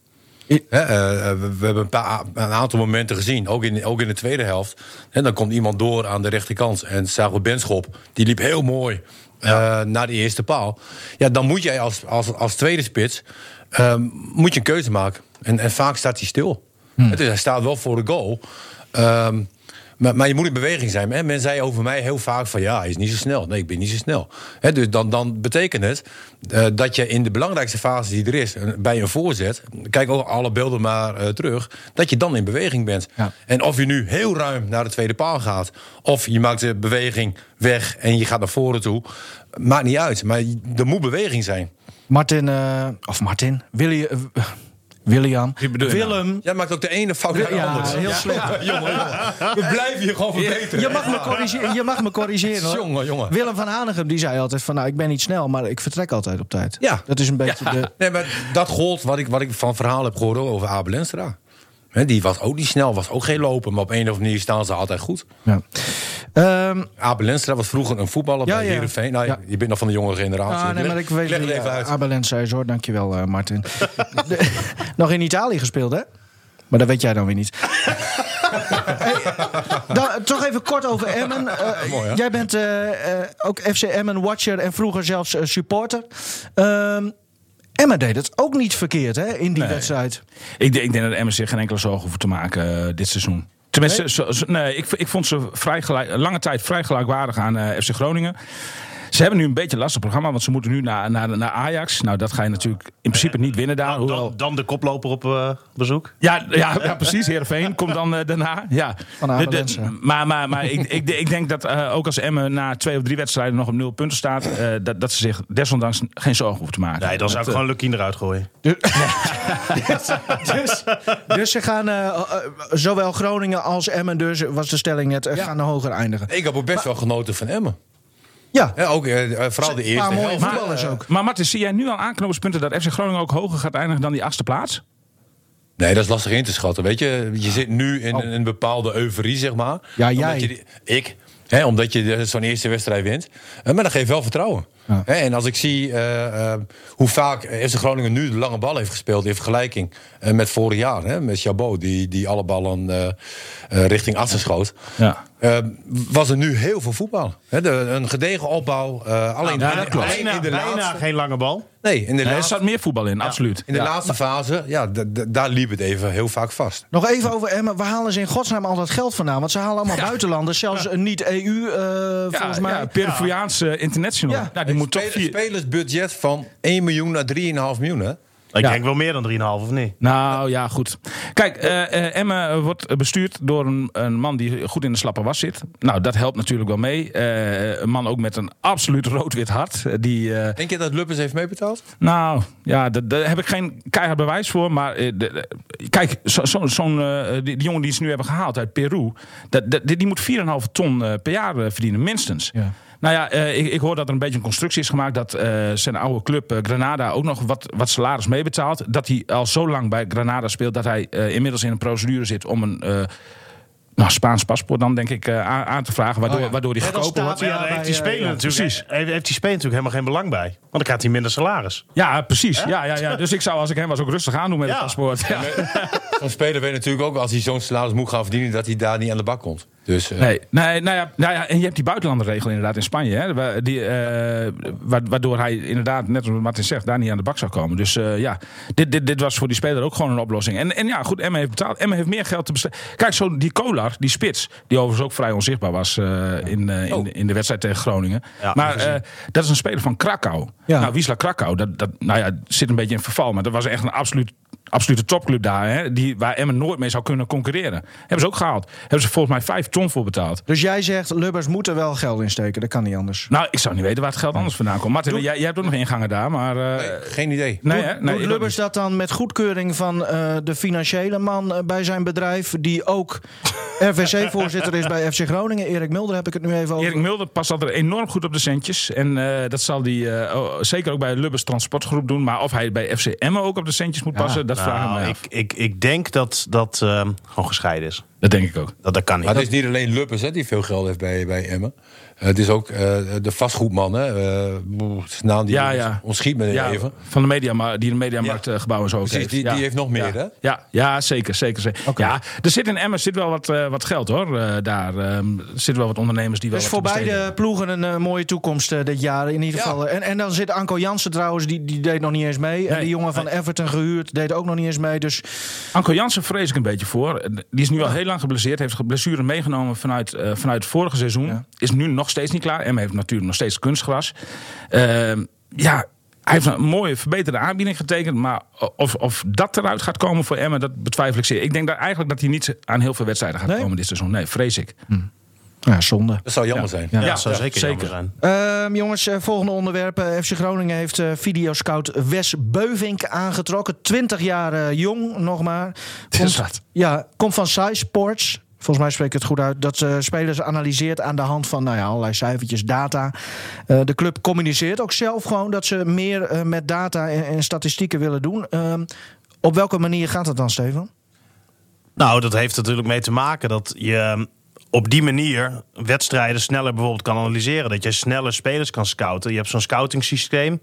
Speaker 4: Hè, eh, eh, we, we hebben een, paar, een aantal momenten gezien, ook in, ook in de tweede helft. En dan komt iemand door aan de rechterkant. En Sago Benschop, die liep heel mooi eh, naar de eerste paal. Ja, dan moet jij als, als, als tweede spits eh, moet je een keuze maken. En, en vaak staat hij stil. Het is- hij staat wel voor de goal. Ehm, Maar, maar je moet in beweging zijn. En men zei over mij heel vaak van ja, hij is niet zo snel. Nee, ik ben niet zo snel. Hè, dus dan, dan betekent het eh, dat je in de belangrijkste fase die er is, een- bij een voorzet, kijk ook alle beelden maar eh, terug, dat je dan in beweging bent.
Speaker 2: Ja.
Speaker 4: En of je nu heel ruim naar de tweede paal gaat, of je maakt de beweging weg en je gaat naar voren toe, maakt niet uit. Maar er moet beweging zijn.
Speaker 1: Martin, eh, of Martin, Willi- eh, William.
Speaker 2: Wie bedoel je nou?
Speaker 1: Willem.
Speaker 4: Jij maakt ook de ene fout naar de
Speaker 1: Ja,
Speaker 4: andere.
Speaker 1: heel slecht.
Speaker 4: jongen, jongen. We blijven je gewoon verbeteren.
Speaker 1: Je mag me corrigeren. Je mag me corrigeren hoor.
Speaker 4: Jongen, jongen.
Speaker 1: Willem van Hanegem die zei altijd van nou ik ben niet snel, maar ik vertrek altijd op tijd.
Speaker 4: Ja.
Speaker 1: Dat is een beetje de...
Speaker 4: Nee, maar dat gold wat ik, wat ik van verhaal heb gehoord over Abel Enstra. Hè, die was ook niet snel, was ook geen lopen. Maar op een of andere manier staan ze altijd goed.
Speaker 1: Ja. Ehm,
Speaker 4: Abel Enstra was vroeger een voetballer
Speaker 1: Ja,
Speaker 4: bij
Speaker 1: ja.
Speaker 4: Heerenveen. Nou,
Speaker 1: Ja.
Speaker 4: Je bent nog van de jongere generatie.
Speaker 1: ah, nee, maar ik weet
Speaker 4: leg het
Speaker 1: wie,
Speaker 4: even
Speaker 1: eh,
Speaker 4: uit.
Speaker 1: Abelenza is hoor. Dankjewel eh, Martin. [laughs] De- nog in Italië gespeeld hè? Maar dat weet jij dan weer niet. [laughs] Hey, dan, toch even kort over Emmen.
Speaker 4: [laughs]
Speaker 1: Eh,
Speaker 4: Mooi, hè?
Speaker 1: jij bent eh, eh, ook FC Emmen-watcher en vroeger zelfs eh, supporter. Ehm, Emmen deed het ook niet verkeerd hè, in die
Speaker 4: [laughs]
Speaker 1: wedstrijd.
Speaker 2: Ik, denk- ik denk dat Emmen zich geen enkele zorgen hoeft te maken eh, dit seizoen. Tenminste, zo- zo- nee, ik, v- ik vond ze vrij gelijk, lange tijd vrij gelijkwaardig aan eh, FC Groningen. Ze hebben nu een beetje een lastig programma, want ze moeten nu naar, naar, naar Ajax. Nou, dat ga je natuurlijk in principe niet winnen daar. hoewel-
Speaker 3: Nou, Dan, dan de koploper op eh, bezoek.
Speaker 2: ja, ja, ja, precies. Heerenveen komt dan eh, daarna. Ja.
Speaker 1: Van Amelense.
Speaker 2: De- de- maar maar, maar ik, ik, ik denk dat eh, ook als Emmen na twee of drie wedstrijden nog op nul punten staat... eh, dat, dat ze zich desondanks geen zorgen hoeven te maken.
Speaker 3: Nee, dan zou ik gewoon Lucky eruit gooien.
Speaker 1: dus, dus ze gaan, eh, eh, zowel Groningen als Emmen, dus was de stelling net, eh, gaan hoger eindigen.
Speaker 4: Ik heb ook best wel genoten van Emmen.
Speaker 1: Ja,
Speaker 4: Hè, ook, eh, eh, vooral de
Speaker 1: een paar
Speaker 4: eerste
Speaker 1: mooie
Speaker 4: helft.
Speaker 1: voetballers ook.
Speaker 2: Maar Martin, zie jij nu al aanknopingspunten dat FC Groningen ook hoger gaat eindigen dan die achtste plaats?
Speaker 4: Nee, dat is lastig in te schatten. Weet je, je zit nu
Speaker 2: Oh.
Speaker 4: in een- een bepaalde euforie, zeg maar.
Speaker 1: Ja,
Speaker 4: Omdat
Speaker 1: jij.
Speaker 4: je die- ik. Hè, omdat je de- zo'n eerste wedstrijd wint. Eh, Maar dat geeft wel vertrouwen. Hè, en als ik zie eh, eh, hoe vaak FC Groningen nu de lange bal heeft gespeeld... in vergelijking eh, met vorig jaar. Hè, met Chabot, die, die alle ballen eh, eh, richting Assen schoot.
Speaker 2: Ja.
Speaker 4: Eh, was er nu heel veel voetbal. Hè, de- een gedegen opbouw. eh, alleen,
Speaker 2: Ja, dat klopt.
Speaker 4: alleen
Speaker 3: Bijna,
Speaker 4: in de
Speaker 3: bijna
Speaker 4: laatste...
Speaker 3: geen lange bal.
Speaker 4: Nee, in de
Speaker 2: Nee, Eh, er
Speaker 4: laatste,
Speaker 2: zat meer voetbal in, absoluut.
Speaker 4: in de
Speaker 2: Ja.
Speaker 4: laatste fase, ja, d- d- daar liep het even heel vaak vast.
Speaker 1: Nog even over Emmen. Waar halen ze in godsnaam al dat geld vandaan? Want ze halen allemaal buitenlanders, zelfs een niet-EU eh,
Speaker 2: Ja,
Speaker 1: volgens mij.
Speaker 2: ja, Peruviaanse international.
Speaker 1: Ja.
Speaker 2: Nou, die moet toch
Speaker 4: Spelers-
Speaker 2: vier...
Speaker 4: Spelersbudget van 1 miljoen naar 3,5 miljoen, hè?
Speaker 3: Ik
Speaker 2: Ja.
Speaker 3: denk wel meer dan 3,5 of niet.
Speaker 2: Nou ja, goed. Kijk, eh eh, Emmen wordt bestuurd door een, een man die goed in de slappe was zit. Nou, dat helpt natuurlijk wel mee. Eh, een man ook met een absoluut rood-wit hart. eh, Die, eh,
Speaker 4: Denk je dat Luppens heeft meebetaald?
Speaker 2: nou, ja, daar- daar heb ik geen keihard bewijs voor. Maar eh, de- de- kijk, zo, zo, zo'n, eh, die, die jongen die ze nu hebben gehaald uit Peru... Dat, dat- die, die moet 4,5 ton eh, per jaar eh, verdienen, minstens.
Speaker 1: Ja.
Speaker 2: Nou ja, eh, ik, ik hoor dat er een beetje een constructie is gemaakt dat eh, zijn oude club eh, Granada ook nog wat, wat salaris meebetaalt. Dat hij al zo lang bij Granada speelt dat hij eh, inmiddels in een procedure zit om een eh, nou, Spaans paspoort dan denk ik eh, aan, aan te vragen. Waardoor, waardoor hij
Speaker 1: als
Speaker 2: goedkoper wordt.
Speaker 3: Maar ja, daar heeft die
Speaker 1: bij, eh,
Speaker 3: speler
Speaker 1: ja,
Speaker 3: natuurlijk,
Speaker 2: precies.
Speaker 3: heeft, heeft die speler natuurlijk helemaal geen belang bij. Want dan krijgt hij minder salaris.
Speaker 2: Ja, precies. Ja, ja, ja. Dus ik zou als ik hem was ook rustig aandoen met
Speaker 3: Ja.
Speaker 2: het paspoort. Ja.
Speaker 4: Zo'n speler weet natuurlijk ook, als hij zo'n salaris moet gaan verdienen, dat hij daar niet aan de bak komt. Dus eh,
Speaker 2: Nee, nee nou, ja, nou ja, en je hebt die buitenlanderregel inderdaad in Spanje. Hè, wa- die, eh, wa- waardoor hij inderdaad, net zoals Martin zegt, daar niet aan de bak zou komen. Dus eh, ja, dit, dit, dit was voor die speler ook gewoon een oplossing. En, en ja, goed, Emma heeft betaald. Emma heeft meer geld te besteden. Kijk, zo die Kolar, die spits, die overigens ook vrij onzichtbaar was eh, in, eh, in, in de wedstrijd tegen Groningen.
Speaker 3: Ja,
Speaker 2: maar eh, dat is een speler van Krakau.
Speaker 1: Ja.
Speaker 2: Nou, Wisla Krakau, dat, dat nou ja, zit een beetje in verval. Maar dat was echt een absoluut, absolute topclub daar. Hè, die, waar Emmen nooit mee zou kunnen concurreren. Hebben ze ook gehaald. Hebben ze volgens mij vijf ton voor betaald.
Speaker 1: Dus jij zegt, Lubbers moet er wel geld in steken. Dat kan niet anders.
Speaker 2: Nou, ik zou niet weten waar het geld anders vandaan komt. Martin, jij, jij hebt ook nog ingangen daar, maar... eh,
Speaker 4: geen idee.
Speaker 2: nee,
Speaker 1: Doet-
Speaker 2: hè?
Speaker 1: doet
Speaker 2: nee, ik ook
Speaker 1: Lubbers
Speaker 2: niet.
Speaker 1: dat dan met goedkeuring van eh, de financiële man eh, bij zijn bedrijf... die
Speaker 2: [laughs]
Speaker 1: ook RVC-voorzitter is bij FC Groningen. Erik Mulder heb ik het nu even over. Dus
Speaker 2: Erik Mulder past altijd enorm goed op de centjes. En eh, dat zal hij eh, oh, zeker ook bij Lubbers Transportgroep doen. Maar of hij bij FC Emmen ook op de centjes moet passen, dat vraag ik
Speaker 3: Nou,
Speaker 2: me af.
Speaker 3: ik, ik, ik denk dat dat ehm, gewoon gescheiden is.
Speaker 2: Dat denk ik ook.
Speaker 3: Dat, dat kan niet.
Speaker 4: Maar het is niet alleen Luppens hè, die veel geld heeft bij, bij Emmen. Eh, het is ook eh, de vastgoedman, hè? eh, boe, zijn naam die
Speaker 2: Ja, ja.
Speaker 4: ontschiet me
Speaker 2: Ja,
Speaker 4: even.
Speaker 2: van de mediama, die de mediamarkt
Speaker 4: Ja.
Speaker 2: eh, gebouwen zo ook
Speaker 4: Precies,
Speaker 2: heeft.
Speaker 4: die-
Speaker 2: ja.
Speaker 4: die heeft nog meer,
Speaker 2: Ja.
Speaker 4: hè?
Speaker 2: Ja, ja zeker. zeker, zeker. Ja, er zit in Emmen zit wel wat, eh, wat geld hoor. eh, daar Ehm, er zitten wel wat ondernemers die wel
Speaker 1: Dus
Speaker 2: wat
Speaker 1: voor
Speaker 2: te besteden
Speaker 1: beide ploegen een eh, mooie toekomst eh, dit jaar in ieder
Speaker 4: Ja.
Speaker 1: geval. En, en dan zit Anko Jansen trouwens, die, die deed nog niet eens mee. En
Speaker 2: Nee.
Speaker 1: die jongen van Everton gehuurd deed ook nog niet eens mee. Dus
Speaker 2: Anko Jansen vrees ik een beetje voor. Die is nu al heel lang geblesseerd. Heeft ge- blessure meegenomen vanuit, eh, vanuit het vorige seizoen. Is nu nog steeds niet klaar. En heeft natuurlijk nog steeds kunstgras. Ehm, ja, hij heeft een mooie verbeterde aanbieding getekend. Maar of, of dat eruit gaat komen voor Emmen, dat betwijfel ik zeer. Ik denk dat eigenlijk dat hij niet aan heel veel wedstrijden gaat
Speaker 1: Nee?
Speaker 2: komen dit seizoen. Nee, vrees ik.
Speaker 1: Ja, zonde.
Speaker 4: Dat zou jammer zijn.
Speaker 3: Ja, dat zou zeker,
Speaker 2: zeker.
Speaker 3: jammer zijn.
Speaker 1: Ehm, jongens, eh, volgende onderwerp. Eh, FC Groningen heeft eh, videoscout Wes Beuvink aangetrokken. 20 jaar eh, jong, nog maar. Komt,
Speaker 2: wat.
Speaker 1: ja, komt van SciSports. Volgens mij spreek ik het goed uit. Dat eh, spelers analyseert aan de hand van nou ja, allerlei cijfertjes, data. Eh, de club communiceert ook zelf gewoon dat ze meer eh, met data en, en statistieken willen doen. Ehm, op welke manier gaat dat dan, Steven?
Speaker 3: Nou, dat heeft natuurlijk mee te maken dat je ehm, op die manier wedstrijden sneller bijvoorbeeld kan analyseren. Dat je sneller spelers kan scouten. Je hebt zo'n scouting systeem.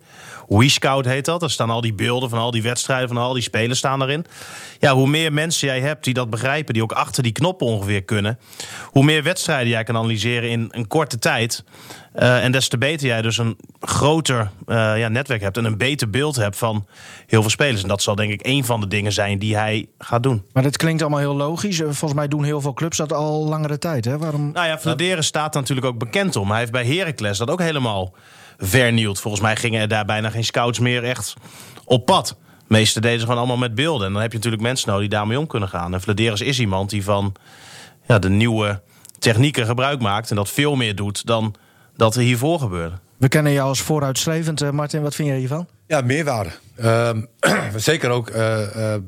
Speaker 3: WeScout heet dat. Daar staan al die beelden van al die wedstrijden, van al die spelers staan erin. Ja, hoe meer mensen jij hebt die dat begrijpen, die ook achter die knoppen ongeveer kunnen. Hoe meer wedstrijden jij kan analyseren in een korte tijd. eh, en des te beter jij dus een groter eh, ja, netwerk hebt en een beter beeld hebt van heel veel spelers. En dat zal denk ik een van de dingen zijn die hij gaat doen.
Speaker 1: Maar dat klinkt allemaal heel logisch. Eh, Volgens mij doen heel veel clubs dat al langere tijd. Hè? Waarom?
Speaker 3: Nou ja, Vladeren staat daar natuurlijk ook bekend om. Hij heeft bij Heracles dat ook helemaal vernield. Volgens mij gingen er daar bijna geen scouts meer echt op pad. De meeste deden ze gewoon allemaal met beelden. En dan heb je natuurlijk mensen nodig die daarmee om kunnen gaan. En Vladeres is iemand die van ja, de nieuwe technieken gebruik maakt. En dat veel meer doet dan dat er hiervoor gebeurde.
Speaker 1: We kennen jou als vooruitstrevend, eh, Martin. Wat vind jij hiervan?
Speaker 4: Ja, meerwaarde. Ehm, [clears throat] zeker ook eh, eh,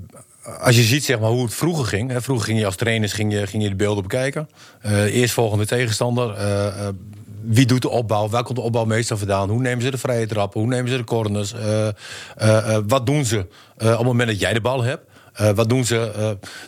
Speaker 4: als je ziet zeg maar, hoe het vroeger ging. Hè, vroeger ging je als trainers ging je, ging je de beelden bekijken. Eh eerst volgende tegenstander. eh, eh, wie doet de opbouw? Waar komt de opbouw meestal vandaan? Hoe nemen ze de vrije trappen? Hoe nemen ze de corners? Eh, eh, eh, wat doen ze eh, op het moment dat jij de bal hebt? Eh, wat doen ze?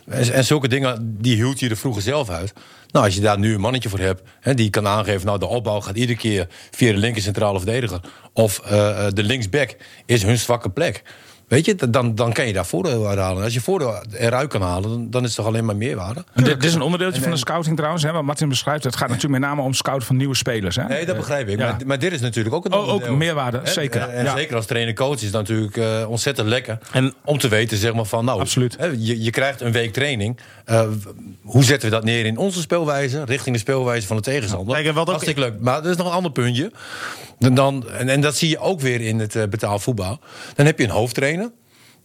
Speaker 4: eh, en, en zulke dingen, die hield je er vroeger zelf uit. Nou, als je daar nu een mannetje voor hebt, hè, die kan aangeven... nou, de opbouw gaat iedere keer via de linker centrale verdediger. Of eh, eh, de linksback is hun zwakke plek. Weet je, d- dan, dan kan je daar voordeel uit halen. Als je voordeel eruit kan halen, dan, dan is het toch alleen maar meerwaarde?
Speaker 2: Dit is een onderdeeltje van de scouting trouwens. Hè, wat Martin beschrijft. Het gaat natuurlijk met name om scouten van nieuwe spelers. Hè?
Speaker 4: Nee, dat begrijp ik.
Speaker 2: Eh, Ja.
Speaker 4: Maar, maar dit is natuurlijk ook een
Speaker 2: Oh, ook
Speaker 4: onderdeel.
Speaker 2: meerwaarde,
Speaker 4: Hè?
Speaker 2: zeker.
Speaker 4: En, en
Speaker 2: Ja.
Speaker 4: zeker als trainer-coach is het natuurlijk eh, ontzettend lekker.
Speaker 3: En-
Speaker 4: om te weten, zeg maar, van nou,
Speaker 2: Absoluut.
Speaker 4: hè, je, je krijgt een week training. Eh, w- hoe zetten we dat neer in onze speelwijze, richting de speelwijze van de tegenstander?
Speaker 3: Kijk, en wat ook-
Speaker 4: Hartstikke leuk. Maar er is nog een ander puntje. Dan, dan, en, en dat zie je ook weer in het eh, betaalvoetbal. Dan heb je een hoofdtrainer.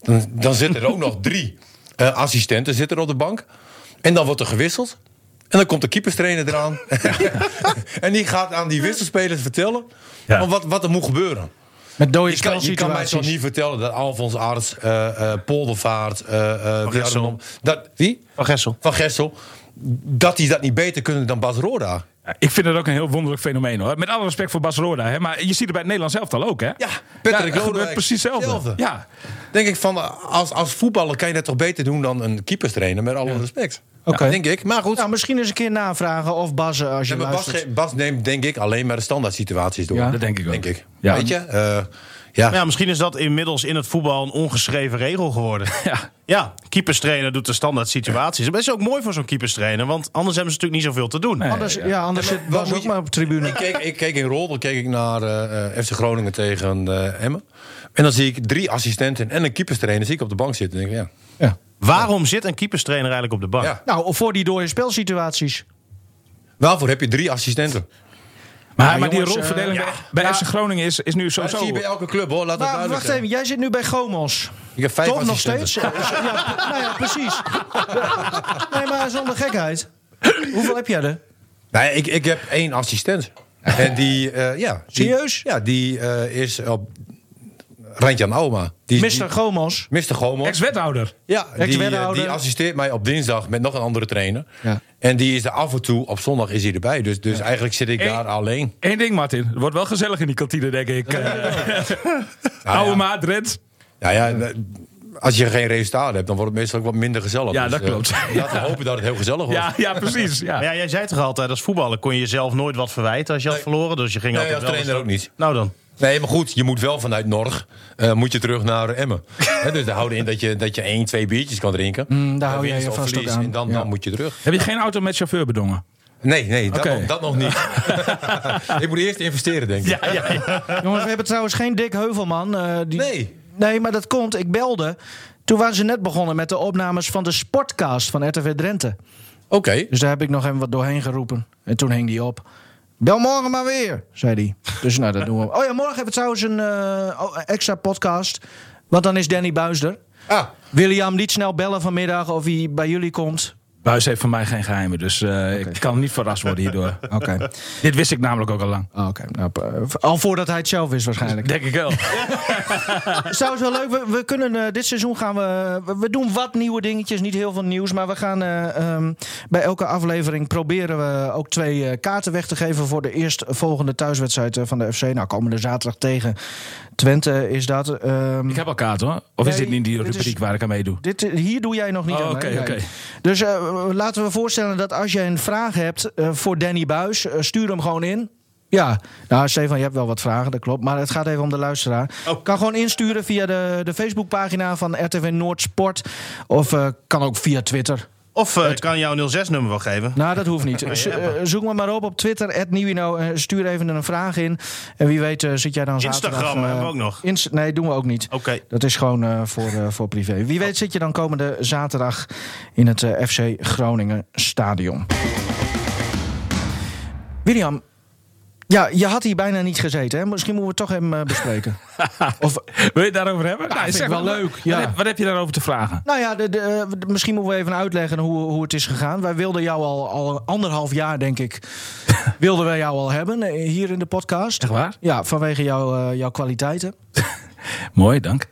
Speaker 4: Dan, dan zitten er ook nog drie eh, assistenten zitten er op de bank. En dan wordt er gewisseld. En dan komt de keeperstrainer eraan. [laughs] en die gaat aan die wisselspelers vertellen
Speaker 2: Ja.
Speaker 4: van wat, wat er moet gebeuren.
Speaker 1: Met dode
Speaker 4: Je kan, je kan mij toch
Speaker 1: spelsituaties.
Speaker 4: niet vertellen dat Alfons Arts, eh, eh, Poldervaart... eh, eh, die andere
Speaker 3: Gessel.
Speaker 4: man- dat, wie?
Speaker 3: Van Gessel.
Speaker 4: Van Gessel. Dat die dat niet beter kunnen dan Bas Roda.
Speaker 2: Ja, Ik vind het ook een heel wonderlijk fenomeen hoor. Met alle respect voor Bas Roda, hè, maar je ziet het bij het Nederlands elftal ook hè?
Speaker 4: Ja,
Speaker 2: het
Speaker 4: Patrick Lodewijk,
Speaker 2: gebeurt Precies hetzelfde.
Speaker 4: hetzelfde.
Speaker 2: Ja.
Speaker 4: Denk ik van, als, als voetballer kan je dat toch beter doen dan een keeperstrainer, met alle respect.
Speaker 1: Oké.
Speaker 4: Ja, denk ik. Maar goed,
Speaker 1: Nou, misschien eens een keer navragen of Bas, eh, als je
Speaker 4: Ja, maar Bas,
Speaker 1: luistert.
Speaker 4: ge- Bas neemt denk ik alleen maar de standaard situaties door.
Speaker 2: Ja, dat denk ik ook.
Speaker 4: Denk ik.
Speaker 2: Ja.
Speaker 4: Weet je? eh, ja.
Speaker 3: Ja, misschien is dat inmiddels in het voetbal een ongeschreven regel geworden.
Speaker 2: Ja.
Speaker 3: Ja, keeperstrainer doet de standaard situaties. Maar Dat is ook mooi voor zo'n keeperstrainer, want anders hebben ze natuurlijk niet zoveel te doen.
Speaker 1: Anders, ja. anders zit
Speaker 4: wat
Speaker 1: Bas
Speaker 4: moet
Speaker 1: ook
Speaker 4: je-
Speaker 1: maar op de tribune.
Speaker 4: Ik, keek, ik keek in Rolde keek ik naar eh, eh, FC Groningen tegen eh, Emmen. En dan zie ik drie assistenten en een keeperstrainer zie ik op de bank zitten. En denk ik, ja.
Speaker 1: Ja.
Speaker 3: Waarom zit een keeperstrainer eigenlijk op de bank?
Speaker 4: Ja.
Speaker 1: Nou, of voor die dode spelsituaties.
Speaker 4: Waarvoor heb je drie assistenten?
Speaker 2: Maar,
Speaker 1: Ja,
Speaker 2: maar die
Speaker 1: jongens,
Speaker 2: rolverdeling
Speaker 1: eh,
Speaker 2: bij, bij FC Groningen is, is nu zo.
Speaker 4: Dat
Speaker 2: zo.
Speaker 4: zie je bij elke club hoor, laat dat
Speaker 1: Maar
Speaker 4: duidelijk
Speaker 1: wacht
Speaker 4: zijn.
Speaker 1: even, jij zit nu bij Gomos.
Speaker 4: Ik heb vijf
Speaker 1: Toch nog
Speaker 4: assistenten.
Speaker 1: steeds? ja, nou ja, precies.
Speaker 4: [laughs]
Speaker 1: Nee, maar zonder gekheid. Hoeveel heb jij er?
Speaker 4: Nee, ik, ik heb één assistent. En die, eh, ja. die-
Speaker 1: Serieus?
Speaker 4: ja, die eh, is op Randjan Auma. Die,
Speaker 1: Mr. Gomos.
Speaker 4: die- Mr. Gomo.
Speaker 2: Ex-wethouder.
Speaker 4: Ja, die, eh,
Speaker 1: Ex-wethouder.
Speaker 4: die assisteert mij op dinsdag met nog een andere trainer.
Speaker 1: Ja.
Speaker 4: En die is er af en toe, op zondag is hij erbij. Dus, dus eigenlijk zit ik
Speaker 2: Hey.
Speaker 4: daar alleen.
Speaker 2: Eén ding, Martin. Het wordt wel gezellig in die kantine, denk ik. [laughs] Eh,
Speaker 4: Nou
Speaker 2: Oude
Speaker 4: ja,
Speaker 2: maat, Drent.
Speaker 4: nou ja, eh, als je geen resultaten hebt, dan wordt het meestal ook wat minder gezellig.
Speaker 2: Ja,
Speaker 4: Dus,
Speaker 2: dat
Speaker 4: eh,
Speaker 2: klopt. [laughs]
Speaker 4: Laten we hopen dat het heel gezellig wordt.
Speaker 2: Ja, ja, precies.
Speaker 3: Maar
Speaker 2: Ja.
Speaker 3: ja, jij zei toch altijd, als voetballer kon je jezelf nooit wat verwijten als je had verloren. Dus je ging
Speaker 4: Nee,
Speaker 3: altijd
Speaker 4: als
Speaker 3: wel eens-
Speaker 4: trainer ook niet.
Speaker 3: Nou dan.
Speaker 4: Nee, maar goed, je moet wel vanuit Norg eh, moet je terug naar
Speaker 2: [laughs]
Speaker 4: Emmen. Hè, dus daar houden in dat je, dat je één, twee biertjes kan drinken.
Speaker 2: Mm.
Speaker 1: daar hou
Speaker 4: Eh,
Speaker 1: jij
Speaker 4: winst
Speaker 1: Oh je
Speaker 4: of
Speaker 1: vast ook
Speaker 4: verlies,
Speaker 1: aan.
Speaker 4: En dan,
Speaker 1: Ja.
Speaker 4: dan moet je terug.
Speaker 2: Heb je geen auto met chauffeur bedongen?
Speaker 4: Nee, nee, dat,
Speaker 2: Oké.
Speaker 4: nog, dat nog
Speaker 1: [laughs]
Speaker 4: niet. ik moet eerst investeren, denk ik.
Speaker 2: Ja, ja, ja.
Speaker 1: Jongens, we hebben trouwens geen Dick Heuvelman. eh, die...
Speaker 4: Nee.
Speaker 1: Nee, maar dat komt. Ik belde. Toen waren ze net begonnen met de opnames van de Sportcast van RTV Drenthe. Dus daar heb ik nog even wat doorheen geroepen. En toen hing die op. Bel morgen maar weer, zei hij. Dus nou, dat doen we. Oh ja, morgen hebben we trouwens een eh, oh, extra podcast. Want dan is Danny Buisder.
Speaker 4: Ah,
Speaker 1: William, niet snel bellen vanmiddag of hij bij jullie komt.
Speaker 2: Buis heeft van mij geen geheimen, dus eh, ik kan niet verrast worden
Speaker 4: [laughs]
Speaker 2: hierdoor.
Speaker 1: Oké.
Speaker 2: Dit wist ik namelijk ook al lang.
Speaker 1: Oké. Nou, eh, al voordat hij het zelf is waarschijnlijk.
Speaker 2: Denk ik wel.
Speaker 1: Het is trouwens wel leuk. We, we kunnen eh, dit seizoen gaan we. we- We doen wat nieuwe dingetjes. Niet heel veel nieuws. Maar we gaan eh, ehm, bij elke aflevering proberen we ook twee eh, kaarten weg te geven voor de eerstvolgende thuiswedstrijd eh, van de FC. Nou, komende zaterdag tegen Twente is dat. ehm,
Speaker 2: Ik heb al kaart hoor. Of is
Speaker 1: Nee,
Speaker 2: dit niet die
Speaker 1: dit is-
Speaker 2: rubriek waar ik aan meedoe?
Speaker 1: dit, eh, hier doe jij nog niet
Speaker 2: Oh,
Speaker 1: aan. hè?
Speaker 2: oké,
Speaker 1: Nee.
Speaker 2: oké.
Speaker 1: Dus eh, laten we voorstellen dat als jij een vraag hebt eh, voor Danny Buis, eh, stuur hem gewoon in. Ja, nou Stefan, je hebt wel wat vragen, dat klopt. Maar het gaat even om de luisteraar.
Speaker 3: Oh.
Speaker 1: Kan gewoon insturen via de, de Facebookpagina van RTV Noord Sport. Of eh, kan ook via Twitter.
Speaker 3: Of eh, ik kan jou 06-nummer wel geven.
Speaker 1: Nou, dat
Speaker 3: [laughs]
Speaker 1: hoeft niet. Z- eh, zoek me maar op op Twitter, Nieuwino. eh, Stuur even een vraag in. En wie weet eh, zit jij dan zaterdag...
Speaker 3: Instagram
Speaker 1: eh,
Speaker 3: hebben we ook nog.
Speaker 1: Inst- nee, doen we ook niet.
Speaker 3: Oké.
Speaker 1: Dat is gewoon eh, voor, eh, voor privé. Wie weet zit je dan komende zaterdag in het eh, FC Groningen Stadion. William, ja, je had hier bijna niet gezeten. Hè? Misschien moeten we het toch even eh, [laughs] bespreken. of,
Speaker 2: Wil je het daarover hebben?
Speaker 1: Ja, vind
Speaker 2: zeg
Speaker 1: ik wel
Speaker 2: maar.
Speaker 1: leuk,
Speaker 2: Wat
Speaker 1: ja.
Speaker 2: heb- Wat heb je daarover te vragen?
Speaker 1: nou ja, de, de, eh, de- misschien moeten we even uitleggen hoe, hoe het is gegaan. Wij wilden jou al, al anderhalf jaar, denk [laughs] ik, wilden wij jou al hebben eh, hier in de podcast.
Speaker 2: Echt waar?
Speaker 1: Ja, vanwege jouw, eh, jouw kwaliteiten.
Speaker 2: Mooi, dank.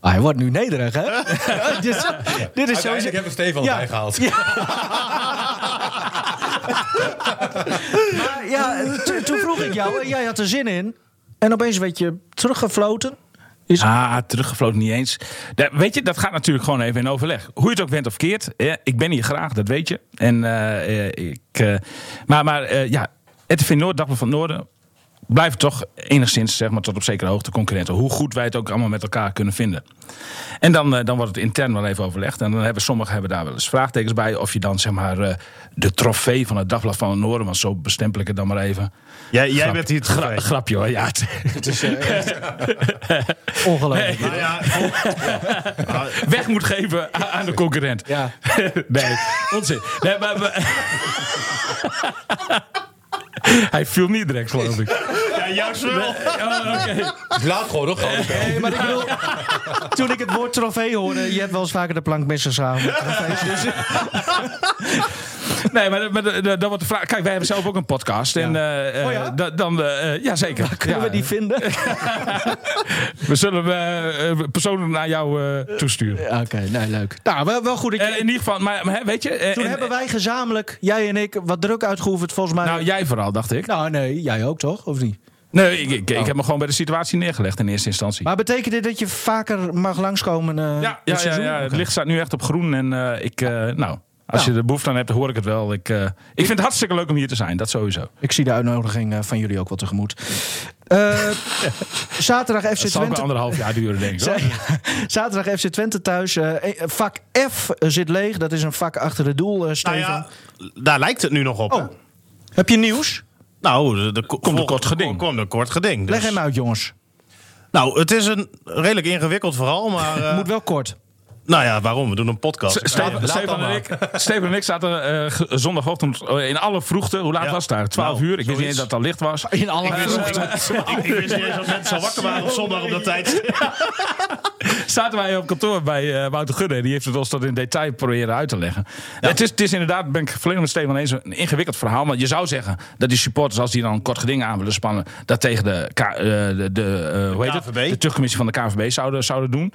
Speaker 1: Ah, hij wordt nu nederig, hè? [laughs] dit, is- dit is sowieso...
Speaker 4: uiteindelijk hebben we Stefan
Speaker 1: Ja.
Speaker 4: erbij gehaald.
Speaker 1: [laughs] Maar ja, toen- toen vroeg ik jou, en jij had er zin in. En opeens werd je teruggefloten. Is-
Speaker 2: Ah, teruggevloten niet eens. Da- weet je, dat gaat natuurlijk gewoon even in overleg. Hoe je het ook bent of keert. eh, ik ben hier graag, dat weet je. En, eh, eh, ik, eh, maar maar eh ja, RTV Noord, Dagblad van het Noorden... blijven toch enigszins, zeg maar, tot op zekere hoogte concurrenten. Hoe goed wij het ook allemaal met elkaar kunnen vinden. En dan, eh, dan wordt het intern wel even overlegd. En dan hebben sommigen hebben daar wel eens vraagtekens bij. Of je dan, zeg maar, eh, de trofee van het Dagblad van het Noorden... want zo bestempel ik het dan maar even.
Speaker 3: Jij, jij
Speaker 2: Grap.
Speaker 3: bent hier het
Speaker 2: Gra-
Speaker 3: geweest.
Speaker 2: grapje hoor, ja. het-
Speaker 1: Ongelooflijk.
Speaker 2: [laughs]
Speaker 3: Nou ja, vol- Ah,
Speaker 2: weg moet geven a- aan de concurrent.
Speaker 1: Ja.
Speaker 2: [laughs] Nee, onzin. Nee, maar, maar- [laughs] Hij viel niet direct, geloof ik.
Speaker 3: ja, juist wel.
Speaker 2: Oh, oké.
Speaker 4: Dus [laughs] laat gewoon nog gewoon.
Speaker 1: Nee, maar ik bedoel, toen ik het woord trofee hoorde... je hebt wel eens vaker de plank [laughs] misgeslagen. met trofees, dus-
Speaker 2: Nee, maar, maar de- de- dan wordt de vraag... Kijk, wij hebben zelf ook een podcast. En, eh, eh,
Speaker 1: Oh ja?
Speaker 2: da- dan, eh, eh, ja, zeker.
Speaker 1: Kunnen
Speaker 2: Ja.
Speaker 1: we die vinden?
Speaker 2: We zullen eh, eh, persoonlijk naar jou eh, toesturen.
Speaker 1: Oké, nee, leuk. Nou, wel, wel goed. dat je-
Speaker 2: Eh, in ieder geval, maar, maar hè, weet je... eh,
Speaker 1: toen
Speaker 2: en-
Speaker 1: hebben wij gezamenlijk, jij en ik, wat druk uitgeoefend volgens mij.
Speaker 2: Nou,
Speaker 1: Nou, Nou.
Speaker 2: jij vooral, dacht ik.
Speaker 1: nee, jij ook toch? Of niet?
Speaker 2: Nee, ik, ik, ik heb me gewoon bij de situatie neergelegd in eerste instantie.
Speaker 1: Maar betekent dit dat je vaker mag langskomen eh
Speaker 2: Ja,
Speaker 1: dit
Speaker 2: ja, ja,
Speaker 1: seizoen?
Speaker 2: ja, het
Speaker 1: Oké.
Speaker 2: licht staat nu echt op groen. En eh, ik, eh, nou, als
Speaker 1: Nou.
Speaker 2: je er behoefte aan hebt, hoor ik het wel. Ik, eh, ik vind het hartstikke leuk om hier te zijn, dat sowieso.
Speaker 1: Ik zie de uitnodiging eh, van jullie ook wel tegemoet. Eh, [laughs] zaterdag FC
Speaker 2: Het zal ook wel
Speaker 1: [laughs] Twente.
Speaker 2: anderhalf jaar duren, denk ik. [laughs] hoor.
Speaker 1: Zaterdag FC Twente thuis. eh, eh, vak F zit leeg. Dat is een vak achter het doel, eh,
Speaker 3: Nou
Speaker 1: Stefan.
Speaker 3: ja, daar lijkt het nu nog op. hè?
Speaker 1: Oh. Heb je nieuws?
Speaker 3: Nou, de, de,
Speaker 2: een kort geding.
Speaker 3: Komt een kort geding. dus-
Speaker 1: Leg hem uit, jongens.
Speaker 3: Nou, het is een redelijk ingewikkeld verhaal, maar... eh,
Speaker 1: Moet wel kort.
Speaker 3: Nou ja, waarom? We doen een podcast.
Speaker 2: S- Steven- Steven en ik- Steven en ik zaten eh, ge- zondagochtend eh, in alle vroegte. Hoe laat
Speaker 3: Ja.
Speaker 2: was het daar? 12
Speaker 3: Nou,
Speaker 2: uur. Ik wist niet
Speaker 3: zoiets.
Speaker 2: eens dat het al licht was.
Speaker 1: In alle
Speaker 3: Ik wist- Ik ik wist niet eens dat mensen al wakker waren op zondag op dat tijd.
Speaker 2: zaten wij op kantoor bij eh, Wouter Gudde. en Die heeft het ons dat in detail proberen uit te leggen. Het, is, het is inderdaad, ben ik volledig met Steven eens, een ingewikkeld verhaal. Maar je zou zeggen dat die supporters, als die dan een kort geding aan willen spannen... dat tegen de, K- eh, de, de, eh, hoe heet het?
Speaker 3: KNVB.
Speaker 2: de terugcommissie van de KNVB zouden, zouden doen.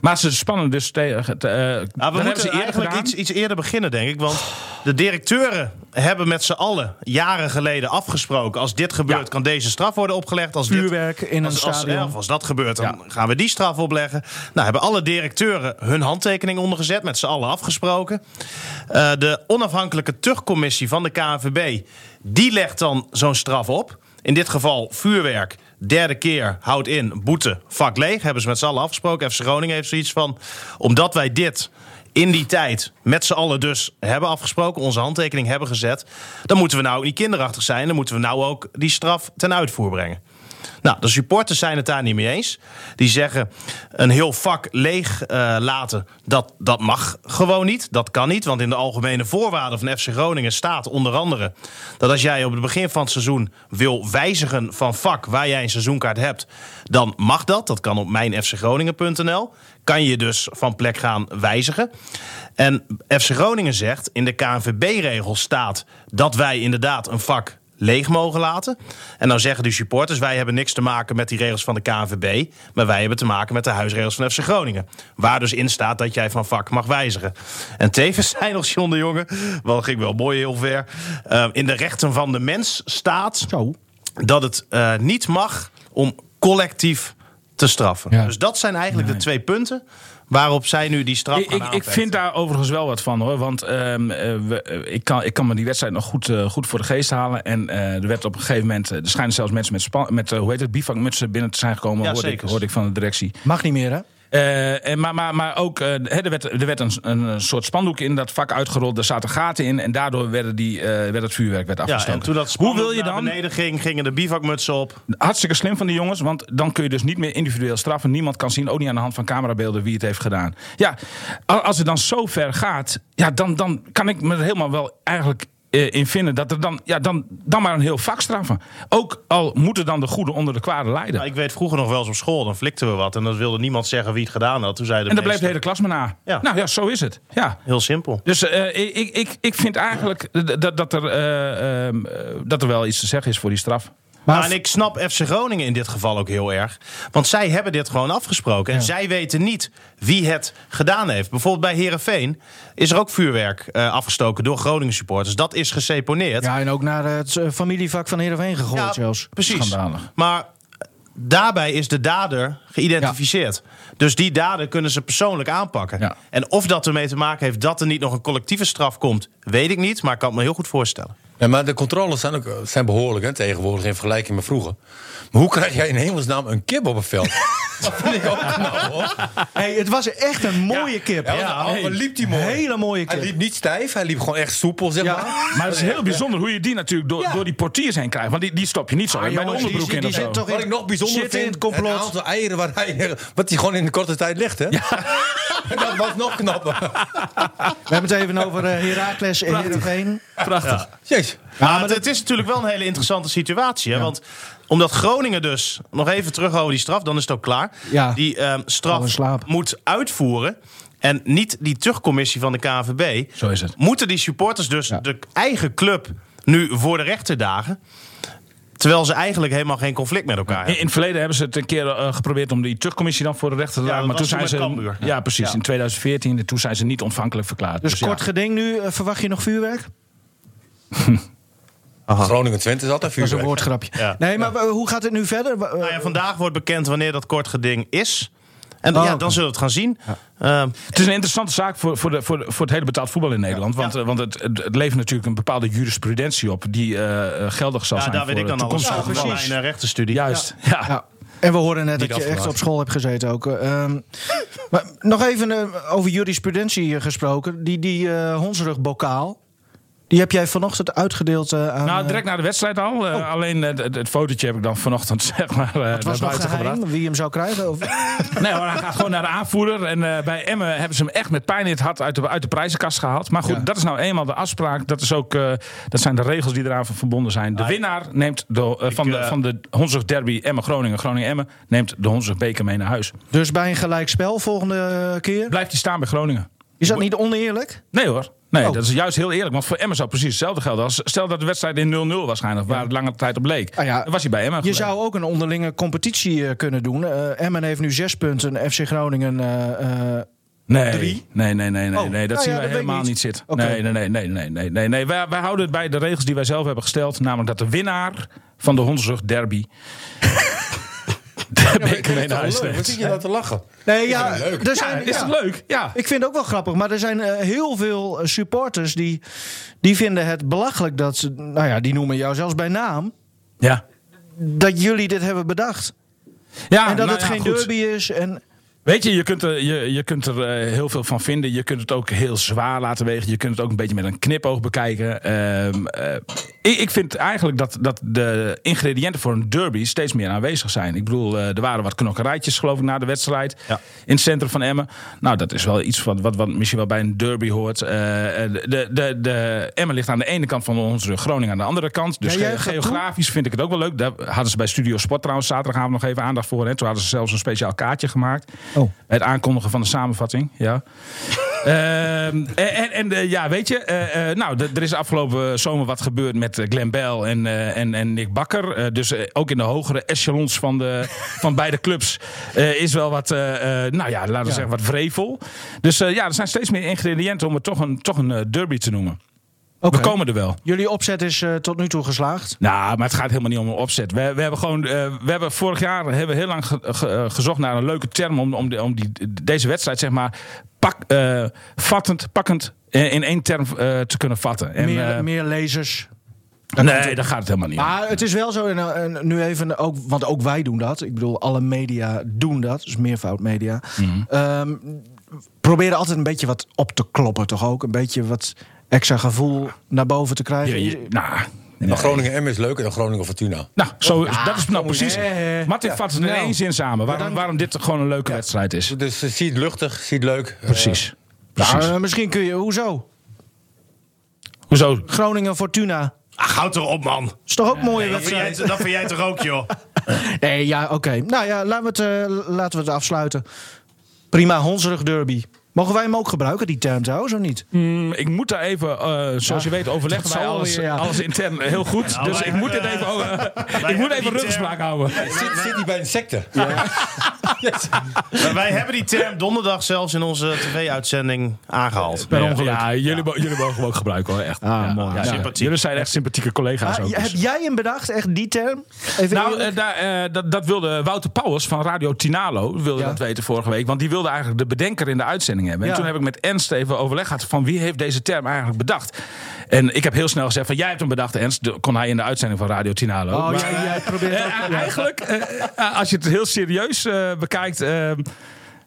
Speaker 2: Maar ze spannen dus tegen... te- eh,
Speaker 3: Maar
Speaker 2: dat
Speaker 3: Nou, we
Speaker 2: hebben
Speaker 3: moeten
Speaker 2: ze eerder
Speaker 3: eigenlijk
Speaker 2: gedaan.
Speaker 3: iets, iets eerder beginnen, denk ik. Want de directeuren hebben met z'n allen jaren geleden afgesproken... als dit gebeurt,
Speaker 2: Ja.
Speaker 3: kan deze straf worden opgelegd. Als dit
Speaker 1: Vuurwerk in een
Speaker 3: Als, als,
Speaker 1: stadion.
Speaker 3: eh, of als dat gebeurt, dan
Speaker 2: Ja.
Speaker 3: gaan we die straf opleggen. Nou, hebben alle directeuren hun handtekening ondergezet, met z'n allen afgesproken. Eh, de onafhankelijke tuchtcommissie van de KNVB, die legt dan zo'n straf op. In dit geval vuurwerk, derde keer, houdt in, boete, vak leeg. Hebben ze met z'n allen afgesproken. FC Groningen heeft zoiets van, omdat wij dit in die tijd met z'n allen dus hebben afgesproken... onze handtekening hebben gezet... dan moeten we nou ook niet kinderachtig zijn. Dan moeten we nou ook die straf ten uitvoer brengen. Nou, de supporters zijn het daar niet mee eens. Die zeggen een heel vak leeg eh, laten, dat, dat mag gewoon niet. Dat kan niet, want in de algemene voorwaarden van FC Groningen staat onder andere... dat als jij op het begin van het seizoen wil wijzigen van vak waar jij een seizoenkaart hebt... dan mag dat, dat kan op mijnfcgroningen.nl. Kan je dus van plek gaan wijzigen. En FC Groningen zegt, in de KNVB-regel staat dat wij inderdaad een vak leeg mogen laten. En dan zeggen die supporters, wij hebben niks te maken met die regels van de KNVB... maar wij hebben te maken met de huisregels van FC Groningen. Waar dus in staat dat jij van vak mag wijzigen. En tevens [laughs] zijn nog John de Jonge, wel dat ging wel mooi heel ver... eh, in de rechten van de mens staat
Speaker 1: Zo.
Speaker 3: dat het eh, niet mag om collectief te straffen.
Speaker 2: Ja.
Speaker 3: Dus dat zijn eigenlijk de twee punten waarop zij nu die straf
Speaker 2: Ik,
Speaker 3: gaan
Speaker 2: ik, ik
Speaker 3: aanvechten.
Speaker 2: vind daar overigens wel wat van hoor. Want ehm, eh, we- eh, ik, kan, ik kan me die wedstrijd nog goed, eh, goed voor de geest halen. En eh, er werd op een gegeven moment. eh, Er schijnen zelfs mensen met, span, met eh, hoe heet het, bivakmutsen binnen te zijn gekomen.
Speaker 3: Ja,
Speaker 2: hoorde, ik,
Speaker 3: zeker.
Speaker 2: hoorde ik van de directie.
Speaker 1: Mag niet meer, hè?
Speaker 2: Eh, en, maar, maar, maar ook, eh, hè, er werd, er werd een, een soort spandoek in dat vak uitgerold. Er zaten gaten in. En daardoor werden die, eh, werd het vuurwerk werd
Speaker 3: Ja,
Speaker 2: afgestoken.
Speaker 3: en toen dat
Speaker 2: Hoe
Speaker 3: spandoek
Speaker 2: wil je
Speaker 3: naar
Speaker 2: dan?
Speaker 3: beneden ging, gingen de bivakmutsen op.
Speaker 2: Hartstikke slim van de jongens, want dan kun je dus niet meer individueel straffen. Niemand kan zien, ook niet aan de hand van camerabeelden, wie het heeft gedaan. Ja, a- als het dan zo ver gaat, ja, dan, dan kan ik me er helemaal wel eigenlijk eh, in vinden dat er dan, ja, dan, dan maar een heel vak straffen. Ook al moeten dan de goede onder de kwade
Speaker 3: Nou,
Speaker 2: lijden.
Speaker 3: ik weet vroeger nog wel eens op school, dan flikten we wat. En dan wilde niemand zeggen wie het gedaan had. Toen zeiden
Speaker 2: En daar blijft
Speaker 3: meesten-
Speaker 2: de hele klas maar na.
Speaker 3: Ja.
Speaker 2: Nou ja, zo is het. Ja.
Speaker 3: Heel simpel.
Speaker 2: Dus eh, ik, ik, ik vind eigenlijk d- dat, dat, er, eh, ehm, eh, dat er wel iets te zeggen is voor die straf.
Speaker 3: Maar Nou, en ik snap FC Groningen in dit geval ook heel erg. Want zij hebben dit gewoon afgesproken. En zij weten niet wie het gedaan heeft. Bijvoorbeeld bij Herenveen is er ook vuurwerk eh, afgestoken door Groningen supporters. Dat is geseponeerd.
Speaker 1: Ja, en ook naar het eh, familievak van Heerenveen gegooid
Speaker 3: Ja,
Speaker 1: zelfs.
Speaker 3: Precies.
Speaker 2: Schandalig.
Speaker 3: Maar daarbij is de dader geïdentificeerd. Dus die dader kunnen ze persoonlijk aanpakken.
Speaker 2: Ja.
Speaker 3: En of dat ermee te maken heeft dat er niet nog een collectieve straf komt, weet ik niet. Maar ik kan het me heel goed voorstellen.
Speaker 4: Ja, maar de controles zijn, ook, eh, zijn behoorlijk hè, tegenwoordig in vergelijking met vroeger. Maar hoe krijg jij in hemelsnaam een kip op het [laughs] veld? dat vind ik ook knap hoor.
Speaker 1: Hey, het was echt een mooie kip.
Speaker 4: Ja, want
Speaker 1: hey.
Speaker 4: dan liep die mooi.
Speaker 1: Hele mooie
Speaker 4: Hij
Speaker 1: kip.
Speaker 4: liep niet stijf, hij liep gewoon echt soepel zeg
Speaker 1: Ja.
Speaker 4: maar.
Speaker 2: Maar het is heel bijzonder hoe je die natuurlijk door,
Speaker 4: Ja.
Speaker 2: door die portiers heen krijgt. Want die, die stop je niet zo in bij de
Speaker 1: jongens, die-
Speaker 2: onderbroek
Speaker 1: die-
Speaker 2: in
Speaker 1: die
Speaker 2: of zo.
Speaker 1: zit toch-
Speaker 4: Wat ik nog bijzonder
Speaker 1: Zit in
Speaker 4: vind,
Speaker 1: het complot.
Speaker 4: het aantal eieren waar hij, [laughs] wat hij gewoon in de korte tijd legt. Hè? [laughs] dat was nog knapper.
Speaker 1: We hebben het even over eh, Heracles en Heerenveen.
Speaker 2: Prachtig.
Speaker 4: Jezus.
Speaker 3: maar het, het is natuurlijk wel een hele interessante situatie. Hè? Want omdat Groningen dus, nog even terug over die straf, dan is het ook klaar.
Speaker 1: Ja.
Speaker 3: Die ehm,
Speaker 1: Al in
Speaker 3: straf
Speaker 1: slaap.
Speaker 3: moet uitvoeren. En niet die terugcommissie van de KNVB.
Speaker 2: Zo is het.
Speaker 3: Moeten die supporters dus de eigen club nu voor de rechter dagen. Terwijl ze eigenlijk helemaal geen conflict met elkaar
Speaker 2: In,
Speaker 3: hebben.
Speaker 2: in het verleden hebben ze het een keer eh, geprobeerd om die terugcommissie dan voor de rechter te
Speaker 3: Ja,
Speaker 2: laten. maar
Speaker 3: dat
Speaker 2: toen
Speaker 3: was
Speaker 2: zijn ze.
Speaker 3: toen met Cambuur.
Speaker 2: Ja, precies. In 2014. En toen zijn ze niet ontvankelijk verklaard.
Speaker 1: Dus,
Speaker 2: ja.
Speaker 1: kort geding nu. eh, verwacht je nog vuurwerk?
Speaker 4: Groningen Twente is altijd
Speaker 1: Ah. Dat is
Speaker 4: vuurwerk.
Speaker 1: een woordgrapje.
Speaker 3: Ja.
Speaker 1: Nee, maar eh, hoe gaat het nu verder? Wa- eh,
Speaker 3: Nou ja, vandaag wordt bekend wanneer dat kort geding is. En
Speaker 1: Oh,
Speaker 3: ja,
Speaker 1: oké.
Speaker 3: dan zullen we het gaan zien. Ehm,
Speaker 2: Het is een interessante zaak voor, voor, de, voor, de- voor het hele betaald voetbal in Nederland. Want, eh, want het, het het levert natuurlijk een bepaalde jurisprudentie op. die eh, eh, geldig zal
Speaker 3: ja,
Speaker 2: zijn.
Speaker 3: daar weet
Speaker 2: voor
Speaker 3: ik dan
Speaker 2: de
Speaker 3: alles
Speaker 2: toekomstige
Speaker 3: van. van
Speaker 2: gevallen.
Speaker 3: Mijn eh, rechtenstudie.
Speaker 2: Juist. Ja.
Speaker 1: Ja. En we horen net dat je echt
Speaker 4: afgelaten.
Speaker 1: op school hebt gezeten ook. eh, ehm. maar nog even eh, over jurisprudentie eh, gesproken. Die, die eh hondsrugbokaal, die heb jij vanochtend uitgedeeld eh, aan...
Speaker 2: Nou,
Speaker 1: eh,
Speaker 2: direct na de wedstrijd al. Eh, Alleen eh, het, het fotootje heb ik dan vanochtend [laughs] zeg maar,
Speaker 1: het
Speaker 2: eh naar
Speaker 1: was nog
Speaker 2: buiten gebracht.
Speaker 1: geheim wie hem zou krijgen? Of...
Speaker 2: Nee, maar hij gaat gewoon naar de aanvoerder. En eh, bij Emmen hebben ze hem echt met pijn in het hart uit de, uit de prijzenkast gehaald. Maar goed, dat is nou eenmaal de afspraak. Dat, is ook, eh, dat zijn de regels die eraan verbonden zijn.
Speaker 1: Nou,
Speaker 2: De winnaar neemt de, eh, van, de,
Speaker 3: eh,
Speaker 2: van de Honzig Derby Emmen-Groningen, Groningen-Emmen, neemt de Honzig Beker mee naar huis.
Speaker 1: Dus bij een gelijkspel volgende eh, keer?
Speaker 2: Blijft hij staan bij Groningen?
Speaker 1: Is dat niet oneerlijk?
Speaker 2: Nee hoor. Nee,
Speaker 1: Oh.
Speaker 2: dat is juist heel eerlijk. Want voor Emmen zou precies hetzelfde gelden. Als, stel dat de wedstrijd in 0-0 waarschijnlijk, waar het lange tijd op leek.
Speaker 1: Ah ja,
Speaker 2: dan was hij bij Emmen.
Speaker 1: Je
Speaker 2: gebleven.
Speaker 1: zou ook een onderlinge competitie eh, kunnen doen. Eh, Emmen heeft nu zes punten, FC Groningen... eh, eh,
Speaker 2: Nee,
Speaker 1: Drie?
Speaker 2: nee, nee, nee, nee,
Speaker 1: Oh,
Speaker 2: nee.
Speaker 1: nou ja,
Speaker 2: dat zien wij
Speaker 1: dat weet ik
Speaker 2: helemaal niet,
Speaker 1: niet.
Speaker 2: zitten.
Speaker 1: Oké.
Speaker 2: Nee, nee, nee, nee, nee, nee, nee, nee. Wij, wij houden het bij de regels die wij zelf hebben gesteld, namelijk dat de winnaar van de Hondsrug Derby. de beker mee naar huis
Speaker 4: Wat
Speaker 2: neemt.
Speaker 4: zit je nou te lachen?
Speaker 1: Nee, ja,
Speaker 4: leuk.
Speaker 1: er
Speaker 2: Ja,
Speaker 1: zijn,
Speaker 2: is
Speaker 1: ja.
Speaker 2: het leuk? Ja.
Speaker 1: Ik vind het ook wel grappig, maar er zijn eh, heel veel eh, supporters die, die vinden het belachelijk dat ze, nou ja, die noemen jou zelfs bij naam,
Speaker 2: ja.
Speaker 1: dat jullie dit hebben bedacht.
Speaker 2: ja
Speaker 1: en dat
Speaker 2: nou
Speaker 1: het
Speaker 2: ja,
Speaker 1: geen
Speaker 2: goed.
Speaker 1: derby is. En,
Speaker 2: Weet je, je kunt er, je, je kunt er eh, heel veel van vinden. Je kunt het ook heel zwaar laten wegen. Je kunt het ook een beetje met een knipoog bekijken. Ehm, eh, ik, ik vind eigenlijk dat, dat de ingrediënten voor een derby steeds meer aanwezig zijn. Ik bedoel, eh, er waren wat knokkerijtjes geloof ik na de wedstrijd.
Speaker 3: Ja.
Speaker 2: In het centrum van Emmen. Nou, dat is wel iets wat, wat, wat misschien wel bij een derby hoort. Eh, de, de, de, Emmen ligt aan de ene kant van onze rug. Groningen aan de andere kant. Dus
Speaker 1: Ja, jij
Speaker 2: ge-
Speaker 1: gaat toe.
Speaker 2: geografisch grafisch vind ik het ook wel leuk. Daar hadden ze bij Studio Sport trouwens zaterdagavond nog even aandacht voor. Hè. Toen hadden ze zelfs een speciaal kaartje gemaakt.
Speaker 1: Oh.
Speaker 2: Bij het aankondigen van de samenvatting. Ja. Ehm, en en, en, eh, ja, weet je, eh, eh, nou, d- er is afgelopen zomer wat gebeurd met eh, Glenn Bell en, eh, en, en Nick Bakker. Eh, dus eh, ook in de hogere echelons van, de, van beide clubs eh, is wel wat, eh, eh, nou ja, laten we zeggen, wat vrevel. Dus eh, ja, er zijn steeds meer ingrediënten om het toch een, toch een eh, derby te noemen.
Speaker 1: Oké.
Speaker 2: We komen er wel.
Speaker 1: Jullie opzet is eh, tot nu toe geslaagd.
Speaker 2: Nou, maar het gaat helemaal niet om een opzet. We, we hebben gewoon, eh, we hebben vorig jaar hebben we heel lang ge- ge- eh, gezocht naar een leuke term om, om, de- om die, deze wedstrijd, zeg maar, pak, eh, vattend, pakkend eh, in één term eh, te kunnen vatten. En,
Speaker 1: meer,
Speaker 2: eh,
Speaker 1: meer lezers.
Speaker 2: nee, daar gaat het helemaal niet om.
Speaker 1: Maar het is wel zo, en, eh, en nu even, ook, want ook wij doen dat. Ik bedoel, alle media doen dat. Dus meervoud media.
Speaker 2: Mhm.
Speaker 1: Ehm, proberen altijd een beetje wat op te kloppen, toch ook? Een beetje wat extra gevoel naar boven te
Speaker 2: Je-
Speaker 1: krijgen.
Speaker 2: je- nou,
Speaker 4: Maar Groningen M is leuk en dan Groningen Fortuna.
Speaker 2: nou, zo, dat is nou precies.
Speaker 1: eh,
Speaker 2: Martin vat het in
Speaker 1: nou.
Speaker 2: één zin samen. Waarom,
Speaker 1: dan-
Speaker 2: waarom dit gewoon een leuke wedstrijd is.
Speaker 4: Dus eh, zie het luchtig, zie het leuk.
Speaker 2: Precies.
Speaker 1: Nou,
Speaker 2: Precies.
Speaker 1: eh, misschien kun je, hoezo?
Speaker 2: Hoezo?
Speaker 1: Groningen Fortuna.
Speaker 3: Ach, Ah, houd erop, man.
Speaker 1: Is toch ook een mooie
Speaker 3: Dat vind, jij,
Speaker 1: wedstrijd?
Speaker 3: dat vind jij toch ook, joh?
Speaker 1: Nee, ja, oké. Nou ja, laten we, het, eh, laten we het afsluiten. Prima, hondsrug derby. Mogen wij hem ook gebruiken, die term trouwens, of niet?
Speaker 2: Mm, ik moet daar even, eh, zoals je weet, overleggen
Speaker 1: dat
Speaker 2: wij
Speaker 1: zal
Speaker 2: alles,
Speaker 1: weer, ja.
Speaker 2: alles intern heel goed. dus
Speaker 3: wij
Speaker 2: ik moet dit
Speaker 3: hebben,
Speaker 2: even, over- [laughs] ik
Speaker 3: hebben
Speaker 2: moet
Speaker 3: die
Speaker 2: even rugspraak houden.
Speaker 4: Zit, zit hij bij insecten?
Speaker 3: Maar wij hebben die term donderdag zelfs in onze tv-uitzending aangehaald.
Speaker 2: Per ongeluk. Ja, jullie, mo- jullie mogen hem ook gebruiken hoor, echt. ja, Ah, mooi.
Speaker 3: Sympathiek.
Speaker 2: Jullie zijn echt sympathieke collega's
Speaker 1: Ah,
Speaker 2: ook.
Speaker 1: j-
Speaker 2: dus.
Speaker 1: heb jij hem bedacht, echt die term? Even
Speaker 2: Nou,
Speaker 1: eerlijk.
Speaker 2: eh, daar, eh, dat, dat wilde Wouter Pauwers van Radio Tinalo wilde
Speaker 1: Ja.
Speaker 2: dat weten vorige week. Want die wilde eigenlijk de bedenker in de uitzending hebben.
Speaker 1: Ja.
Speaker 2: En toen heb ik met Ernst even overleg gehad van wie heeft deze term eigenlijk bedacht. En ik heb heel snel gezegd van jij hebt hem bedacht Ernst. De- Kon hij in de uitzending van Radio Tinalo.
Speaker 1: oh,
Speaker 2: Maar-
Speaker 1: jij, jij probeert
Speaker 2: Eh,
Speaker 1: ook-
Speaker 2: [laughs] eh,
Speaker 1: ja.
Speaker 2: eigenlijk, eh, eh, als je het heel serieus eh, bekijkt, eh, nou,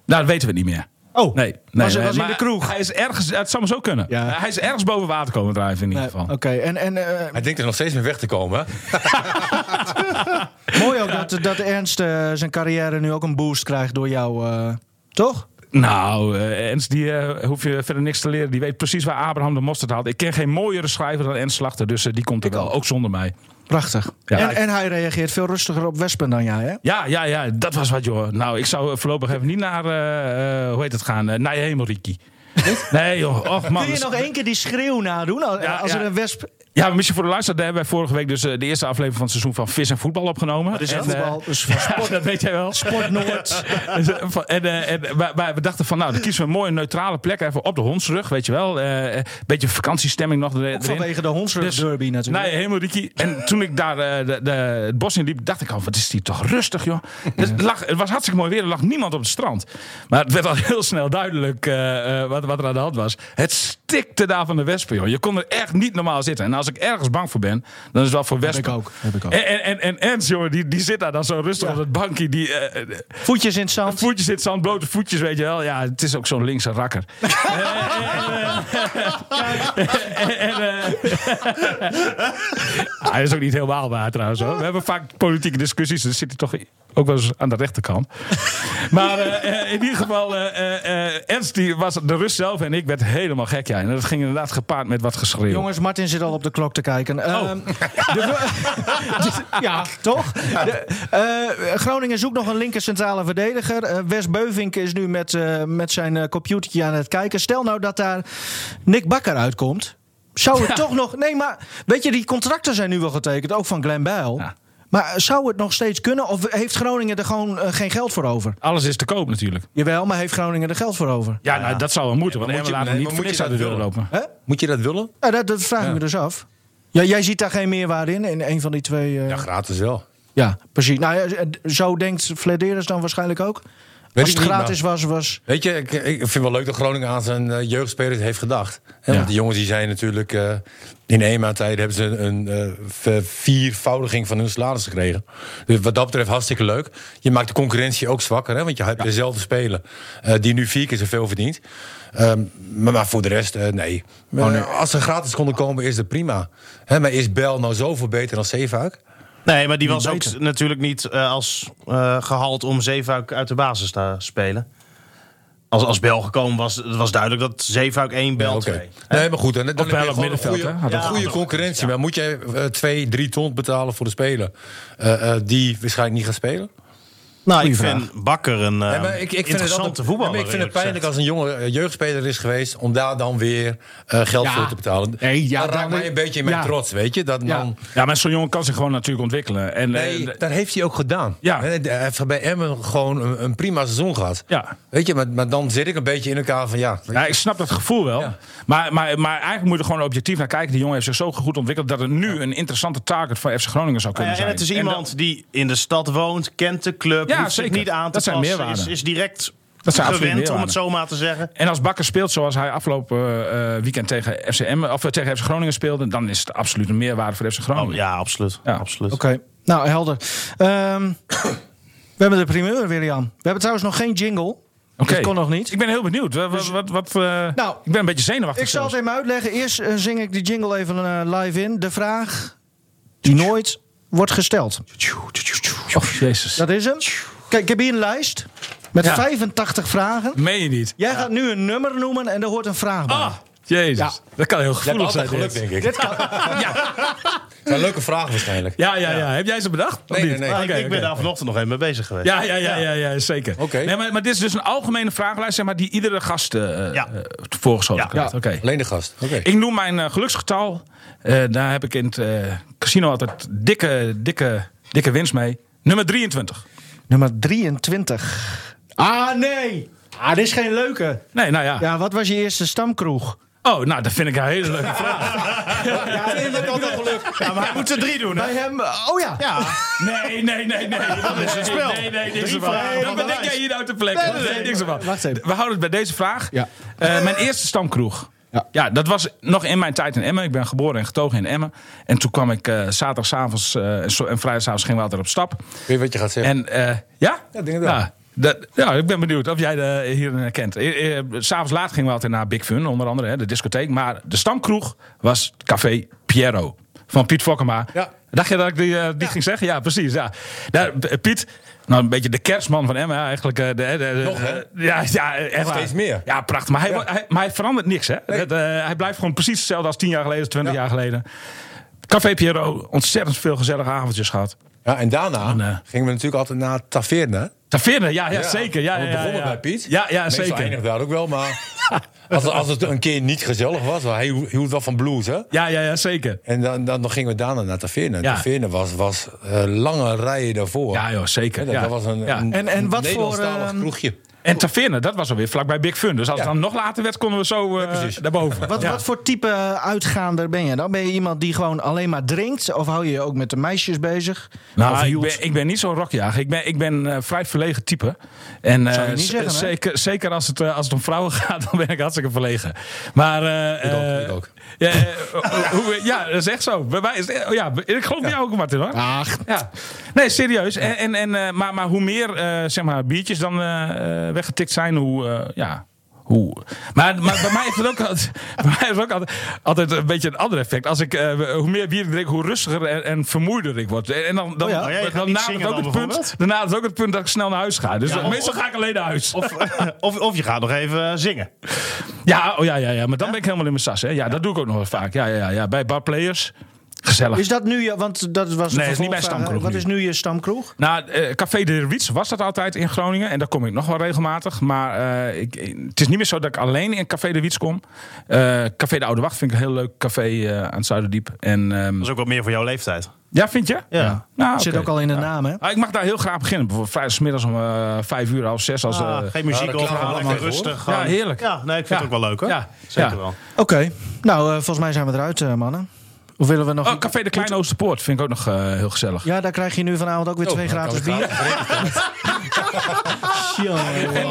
Speaker 2: dat weten we niet meer.
Speaker 1: Oh,
Speaker 2: nee. nee
Speaker 1: was hij
Speaker 2: nee,
Speaker 1: in
Speaker 2: maar
Speaker 1: de kroeg?
Speaker 2: Hij is ergens, het zou maar zo kunnen.
Speaker 1: Ja.
Speaker 2: Eh, hij is ergens boven water komen drijven in ieder
Speaker 1: Nee,
Speaker 2: geval.
Speaker 1: Oké, en, en eh,
Speaker 4: Hij denkt er nog steeds mee weg te komen. hè?
Speaker 1: mooi ook dat, dat Ernst eh, zijn carrière nu ook een boost krijgt door jou, eh, toch?
Speaker 2: Nou, eh, Ernst, die eh, hoef je verder niks te leren. Die weet precies waar Abraham de mosterd haalt. Ik ken geen mooiere schrijver dan Ernst Slachter, dus eh, die komt er wel. Ook zonder mij.
Speaker 1: Prachtig.
Speaker 2: Ja.
Speaker 1: En, en hij reageert veel rustiger op wespen dan jij, hè?
Speaker 2: Ja, ja, ja, dat was wat, joh. Nou, ik zou voorlopig even niet naar, eh, eh, hoe heet het gaan, eh, naar je hemel, Riki. Nee, joh. Och, man.
Speaker 1: Kun je nog één keer die schreeuw nadoen als,
Speaker 2: Ja,
Speaker 1: als
Speaker 2: ja.
Speaker 1: er een wesp...
Speaker 2: Ja, maar misschien voor de luisteraar, daar hebben wij vorige week dus eh, de eerste aflevering van het seizoen van Vis en Voetbal opgenomen.
Speaker 1: Wat is
Speaker 2: En,
Speaker 1: dat?
Speaker 2: eh, [laughs]
Speaker 1: Voetbal, dus van sport,
Speaker 2: dat weet jij wel.
Speaker 1: sport Noord.
Speaker 2: [laughs] Dus, eh, van- en, eh, en wij, wij- we dachten van, nou, dan kiezen we een mooie neutrale plek even op de hondsrug, weet je wel. Eh, beetje vakantiestemming nog er- erin.
Speaker 1: Ook vanwege de hondsrug
Speaker 2: Dus-
Speaker 1: derby natuurlijk.
Speaker 2: Nee, helemaal Riki. En toen ik daar eh, de, de, het bos in liep, dacht ik al, wat is die toch rustig, joh. Het, lag, het was hartstikke mooi weer, er lag niemand op het strand. Maar het werd al heel snel duidelijk eh, eh, wat, wat er aan de hand was. Het stikte daar van de wespen, joh. Je kon er echt niet normaal zitten. En als ik ergens bang voor ben, dan is het wel voor wespen.
Speaker 1: ik ook, heb ik ook.
Speaker 2: En, en, en, en Ernst, jongen, die, die zit daar dan zo rustig op dat bankje. Die, eh, eh,
Speaker 1: Voetjes in het zand.
Speaker 2: voetjes in het zand, blote voetjes, weet je wel. Ja, het is ook zo'n linkse rakker. Eh, en, eh, en, eh, ah, dat is ook niet helemaal waar trouwens. Hoor. We hebben vaak politieke discussies, dus zit hij toch ook wel eens aan de rechterkant. Maar eh, eh, in ieder geval, eh, eh, eh, Ernst die was de rust zelf en ik werd helemaal gek. Ja. En dat ging inderdaad gepaard met wat geschreeuw.
Speaker 1: Jongens, Martin zit al op de klok te kijken. [laughs] Ehm, [laughs] de- ja, toch? De- eh, Groningen zoekt nog een linker centrale verdediger. Eh, Wes Beuvink is nu met, eh, met zijn eh, computertje aan het kijken. Stel nou dat daar Nick Bakker uitkomt. Zou [laughs] het toch nog... Nee, maar weet je, die contracten zijn nu wel getekend. Ook van Glenn Bijl.
Speaker 2: Ja.
Speaker 1: Maar zou het nog steeds kunnen? Of heeft Groningen er gewoon eh, geen geld voor over?
Speaker 2: Alles is te koop natuurlijk.
Speaker 1: Jawel, maar heeft Groningen er geld voor over?
Speaker 2: Ja, nou, dat zou wel moeten, want
Speaker 4: maar
Speaker 2: we
Speaker 4: moet je-
Speaker 2: laten
Speaker 4: nee,
Speaker 2: niet
Speaker 4: maar
Speaker 2: voor
Speaker 4: moet je
Speaker 2: niks uit de deur
Speaker 4: dat willen?
Speaker 2: lopen.
Speaker 4: Moet je dat willen?
Speaker 1: Ja, Eh, dat, dat vraag ik me dus af. Ja, jij ziet daar geen meerwaarde in, in een van die twee... eh,
Speaker 4: Ja, gratis wel.
Speaker 1: Ja, precies. Nou, ja, zo denkt Flederis dan waarschijnlijk ook. Als het
Speaker 4: ik niet,
Speaker 1: gratis was, was...
Speaker 4: Weet je, ik, ik vind wel leuk dat Groningen aan zijn eh, jeugdspelers heeft gedacht. Hè,
Speaker 2: Ja.
Speaker 4: Want die jongens die zijn natuurlijk... eh, in één maand tijd hebben ze een, eh, ver- viervoudiging van hun salaris gekregen. Dus wat dat betreft hartstikke leuk. Je maakt de concurrentie ook zwakker. Hè, want je hebt dezelfde speler eh, die nu vier keer zoveel verdient. Ehm, maar, maar voor de rest, eh, nee. Eh, als ze gratis konden komen, is dat prima. Hè, maar is Bel nou zoveel beter dan Zeefuik?
Speaker 3: Nee, maar die was ook
Speaker 4: beter.
Speaker 3: s- natuurlijk niet eh, als eh, gehaald om Zeefuik uit de basis te spelen. Als, als Bel gekomen was, het was duidelijk dat Zeefuik 1, Bel
Speaker 4: Ja,
Speaker 3: 2.
Speaker 4: oké. Nee, maar goed. En, dan
Speaker 2: Of wel
Speaker 4: heb je
Speaker 2: op
Speaker 4: gewoon een
Speaker 2: middenveld,
Speaker 4: goede,
Speaker 2: hè? Had
Speaker 4: een
Speaker 2: ook
Speaker 4: goede concurrentie. Maar moet jij eh, twee, drie ton betalen voor de speler eh, eh, die waarschijnlijk niet gaat spelen?
Speaker 3: Nou, ik
Speaker 1: Goeie
Speaker 3: vind Bakker een eh,
Speaker 4: Nee, maar ik, ik vind het
Speaker 3: interessante
Speaker 4: altijd-
Speaker 3: voetballer.
Speaker 4: nee, maar ik vind het
Speaker 3: eerlijk
Speaker 4: pijnlijk
Speaker 3: gezegd.
Speaker 4: als een jonge eh, jeugdspeler is geweest om daar dan weer eh, geld
Speaker 2: Ja.
Speaker 4: voor te betalen.
Speaker 2: Nee, ja,
Speaker 4: dan raakt
Speaker 2: dan-
Speaker 4: mij een beetje in mijn
Speaker 2: ja.
Speaker 4: trots, weet je? Dat man,
Speaker 2: Ja, maar zo'n jongen kan zich gewoon natuurlijk ontwikkelen. En,
Speaker 4: nee,
Speaker 2: eh, d-
Speaker 4: dat heeft hij ook gedaan.
Speaker 2: Ja.
Speaker 4: Hè, Hij heeft bij Emmen gewoon een, een prima seizoen gehad.
Speaker 2: Ja.
Speaker 4: Weet je, maar, maar dan zit ik een beetje in elkaar van ja.
Speaker 2: ja, ik snap dat gevoel wel.
Speaker 4: Ja.
Speaker 2: Maar, maar, maar eigenlijk moet je er gewoon objectief naar kijken. Die jongen heeft zich zo goed ontwikkeld dat het nu een interessante target voor FC Groningen zou kunnen
Speaker 3: Ja, en
Speaker 2: zijn.
Speaker 3: het is
Speaker 2: dat-
Speaker 3: iemand die in de stad woont, kent de club,
Speaker 2: Ja,
Speaker 3: hoeft zich
Speaker 2: zeker.
Speaker 3: niet aan te
Speaker 2: Dat zijn
Speaker 3: passen,
Speaker 2: meerwaarden.
Speaker 3: is, is direct
Speaker 2: Dat zijn absoluut
Speaker 3: gewend, om het
Speaker 2: meerwaarden.
Speaker 3: zo maar te zeggen.
Speaker 2: En als Bakker speelt zoals hij afgelopen eh, eh, weekend tegen, FCM, of eh, tegen FC Groningen speelde, dan is het absoluut een meerwaarde voor FC Groningen.
Speaker 3: Oh, ja, absoluut.
Speaker 2: Ja.
Speaker 3: absoluut.
Speaker 1: Oké, nou helder. Ehm, we hebben de primeur, William. We hebben trouwens nog geen jingle.
Speaker 2: Oké.
Speaker 1: Dat kon nog niet.
Speaker 2: Ik ben heel benieuwd. Wat, wat, wat, wat, eh,
Speaker 1: Nou,
Speaker 2: ik ben een beetje zenuwachtig.
Speaker 1: Ik zal het
Speaker 2: zelfs.
Speaker 1: even uitleggen. Eerst eh, zing ik de jingle even eh, live in. De vraag die nooit wordt gesteld.
Speaker 2: Oh, jezus.
Speaker 1: Dat is hem. Kijk, ik heb hier een lijst met
Speaker 2: Ja.
Speaker 1: 85 vragen.
Speaker 2: meen je niet.
Speaker 1: Jij gaat nu een nummer noemen en daar hoort een vraag bij.
Speaker 2: Ah, jezus. Dat kan heel
Speaker 4: Jij hebt
Speaker 2: gevoelig zijn.
Speaker 4: altijd geluk,
Speaker 2: dit.
Speaker 4: denk ik. Dat [laughs] is een leuke vraag waarschijnlijk.
Speaker 2: Ja, ja, ja. Heb jij ze bedacht? Of
Speaker 4: Nee, nee,
Speaker 2: niet?
Speaker 4: nee.
Speaker 3: Nou,
Speaker 2: Oké,
Speaker 3: ik, ik ben
Speaker 2: oké.
Speaker 3: daar vanochtend nog even mee bezig geweest.
Speaker 2: Ja, ja, ja, ja, ja, zeker.
Speaker 4: Oké.
Speaker 2: Nee, maar, maar dit is dus een algemene vragenlijst zeg maar, die iedere gast eh
Speaker 3: Ja.
Speaker 2: eh, voorgeschoten
Speaker 3: Ja.
Speaker 2: krijgt. Oké.
Speaker 4: Alleen de gast. Oké.
Speaker 2: Ik noem mijn eh, geluksgetal. Eh, daar heb ik in het eh, casino altijd dikke, dikke, dikke winst mee. Nummer 23.
Speaker 1: Nummer 23. Ah, nee. Ah, dit is geen leuke.
Speaker 2: Nee, nou ja.
Speaker 1: Ja, wat was je eerste stamkroeg?
Speaker 2: Oh, nou, dat vind ik een hele leuke vraag.
Speaker 3: [laughs] Ja, maar hij moet er drie doen. Hè?
Speaker 1: Bij hem... Oh ja.
Speaker 2: Nee, nee, nee,
Speaker 1: [laughs]
Speaker 2: nee. Dat is een spel. Nee, nee, niks ervan.
Speaker 3: vragen
Speaker 2: Dat
Speaker 3: op een
Speaker 2: bedenk
Speaker 3: lijst.
Speaker 2: jij hier nou uit de plek.
Speaker 1: Nee,
Speaker 2: Nee,
Speaker 1: nee, nee.
Speaker 2: niks ervan.
Speaker 1: Wacht even.
Speaker 2: We houden het bij deze vraag.
Speaker 1: Ja.
Speaker 2: Eh, mijn eerste stamkroeg.
Speaker 1: Ja.
Speaker 2: Ja. dat was nog in mijn tijd in Emmen. Ik ben geboren en getogen in Emmen. En toen kwam ik eh, zaterdagavonds eh, en zo- en vrijdagavond gingen we altijd op stap.
Speaker 4: Weet je wat je gaat zeggen?
Speaker 2: En eh, ja?
Speaker 4: Ja, ik denk het wel.
Speaker 2: Ja, dat, ja, ik ben benieuwd of jij de, hierin herkent. Eh, eh, S'avonds laat gingen we altijd naar Big Fun, onder andere, hè, de discotheek. Maar de stamkroeg was Café Piero van Piet Fokkema.
Speaker 4: Ja.
Speaker 2: Dacht je dat ik die, eh, die ging zeggen? Ja, precies. Ja. Daar, eh, Piet, nou een beetje de kerstman van Emma eigenlijk. eh, De, de, de-
Speaker 4: Nog, hè?
Speaker 2: ja, ja, eh, echt waar.
Speaker 4: steeds meer.
Speaker 2: Ja, prachtig. Maar hij, wo- hij, maar hij verandert niks, hè? Dat, eh, hij blijft gewoon precies hetzelfde als tien jaar geleden, twintig jaar geleden. Café Piero, ontzettend veel gezellige avondjes gehad.
Speaker 4: Ja, en daarna
Speaker 2: En, eh,
Speaker 4: gingen we natuurlijk altijd naar Taverne.
Speaker 2: Taverne, ja, ja,
Speaker 4: Ja,
Speaker 2: zeker. Ja,
Speaker 4: we
Speaker 2: ja, ja,
Speaker 4: begonnen
Speaker 2: ja.
Speaker 4: bij Piet.
Speaker 2: Ja, ja
Speaker 4: Meestal
Speaker 2: zeker.
Speaker 4: eindigde daar ook wel, maar
Speaker 2: [laughs]
Speaker 4: als, als het een keer niet gezellig was, want hij hield wel van blues, hè?
Speaker 2: Ja, ja, ja, zeker.
Speaker 4: En dan, dan, dan gingen we daarna naar Taverne.
Speaker 2: Ja.
Speaker 4: Taverne was, was eh, lange rijen daarvoor.
Speaker 2: Ja, joh, zeker.
Speaker 4: Hè, dat,
Speaker 2: ja.
Speaker 4: dat was een,
Speaker 2: Ja.
Speaker 4: een,
Speaker 1: En- en
Speaker 4: een
Speaker 1: wat voor,
Speaker 4: Nederlandstalig
Speaker 1: ehm,
Speaker 4: kroegje.
Speaker 2: En Taverne, dat was alweer vlakbij Big Fun. Dus als het
Speaker 4: Ja.
Speaker 2: dan nog later werd, konden we zo eh
Speaker 4: precies.
Speaker 2: daarboven.
Speaker 1: Wat,
Speaker 2: Ja.
Speaker 1: wat voor type uitgaander ben je dan? Ben je iemand die gewoon alleen maar drinkt? Of hou je je ook met de meisjes bezig? of
Speaker 2: Nou, ik
Speaker 1: hield-
Speaker 2: ben, ik ben niet zo'n rokjager. Ik ben, ik ben eh, vrij verlegen type. En eh,
Speaker 1: Zou je niet
Speaker 2: z-
Speaker 1: zeggen, hè?
Speaker 2: zeker, zeker als het, eh, als het om vrouwen [laughs] gaat, dan ben ik hartstikke verlegen. Maar. eh,
Speaker 4: ook,
Speaker 2: eh,
Speaker 4: ik ook.
Speaker 2: Ja, eh, hoe- hoe- ja, dat is echt zo. Bij mij is, het- ja, ik geloof bij jou ook, Martin hoor.
Speaker 1: Ach.
Speaker 2: Ja. Nee, serieus. En, en, en, eh, maar, maar hoe meer eh, zeg maar, biertjes dan eh, eh, weggetikt zijn, hoe. eh, ja, hoe. Maar, maar bij mij heeft het ook, altijd, [laughs] bij mij heeft het ook altijd, altijd een beetje een ander effect. Als ik, eh, hoe meer bier ik drink, hoe rustiger en, en vermoeider ik word. En, en dan, dan,
Speaker 1: Oh ja?
Speaker 2: dan,
Speaker 3: Oh ja, je gaat
Speaker 2: dan
Speaker 3: niet
Speaker 2: nadert
Speaker 3: zingen
Speaker 2: ook
Speaker 3: dan
Speaker 2: het
Speaker 3: bijvoorbeeld?
Speaker 2: punt, daarna is ook het punt dat ik snel naar huis ga. Dus
Speaker 3: Ja,
Speaker 2: eh,
Speaker 3: of-
Speaker 2: meestal ga ik alleen naar huis.
Speaker 3: Of, [laughs] of, of je gaat nog even eh, zingen.
Speaker 2: ja, oh, ja, ja, ja, maar dan ben ik helemaal in mijn sas. Hè. Ja, dat doe ik ook nog wel vaak. Ja, ja, ja, ja. Bij barplayers. Gezellig.
Speaker 1: Is dat nu je... Want dat was de
Speaker 2: Nee, is niet
Speaker 1: vervolgvraag, hè?
Speaker 2: mijn stamkroeg
Speaker 1: Wat
Speaker 2: nu.
Speaker 1: is nu je stamkroeg?
Speaker 2: Nou, eh, Café de Riets was dat altijd in Groningen. En daar kom ik nog wel regelmatig. Maar eh, ik, eh, het is niet meer zo dat ik alleen in Café de Riets kom. Eh, café de Oude Wacht vind ik een heel leuk café eh, aan het Zuiderdiep. En, ehm,
Speaker 3: Dat is ook wat meer voor jouw leeftijd.
Speaker 2: ja, vind je?
Speaker 3: Ja.
Speaker 2: Nou,
Speaker 1: Zit
Speaker 2: oké.
Speaker 1: ook al in de naam, hè?
Speaker 2: Ah, ik mag daar heel graag beginnen. Bijvoorbeeld vrijdagmiddags om eh vijf uur, half zes. Als,
Speaker 3: Ah,
Speaker 2: eh,
Speaker 3: geen
Speaker 4: ja,
Speaker 3: muziek
Speaker 4: dat
Speaker 3: over,
Speaker 4: klaar,
Speaker 3: lekker
Speaker 4: allemaal
Speaker 3: rustig.
Speaker 2: Ja,
Speaker 3: gewoon.
Speaker 2: heerlijk.
Speaker 3: Ja, nee, ik vind
Speaker 2: Ja.
Speaker 3: het ook wel leuk hoor.
Speaker 2: Ja,
Speaker 3: zeker
Speaker 2: ja.
Speaker 3: wel.
Speaker 1: Oké. Nou, eh, volgens mij zijn we eruit, eh, mannen. Of willen we nog...
Speaker 2: Oh, Café de Kleine Oosterpoort vind ik ook nog eh, heel gezellig.
Speaker 1: Ja, daar krijg je nu vanavond ook weer twee
Speaker 4: Oh, dan
Speaker 1: gratis
Speaker 4: kan ik
Speaker 1: bier. Tjonge.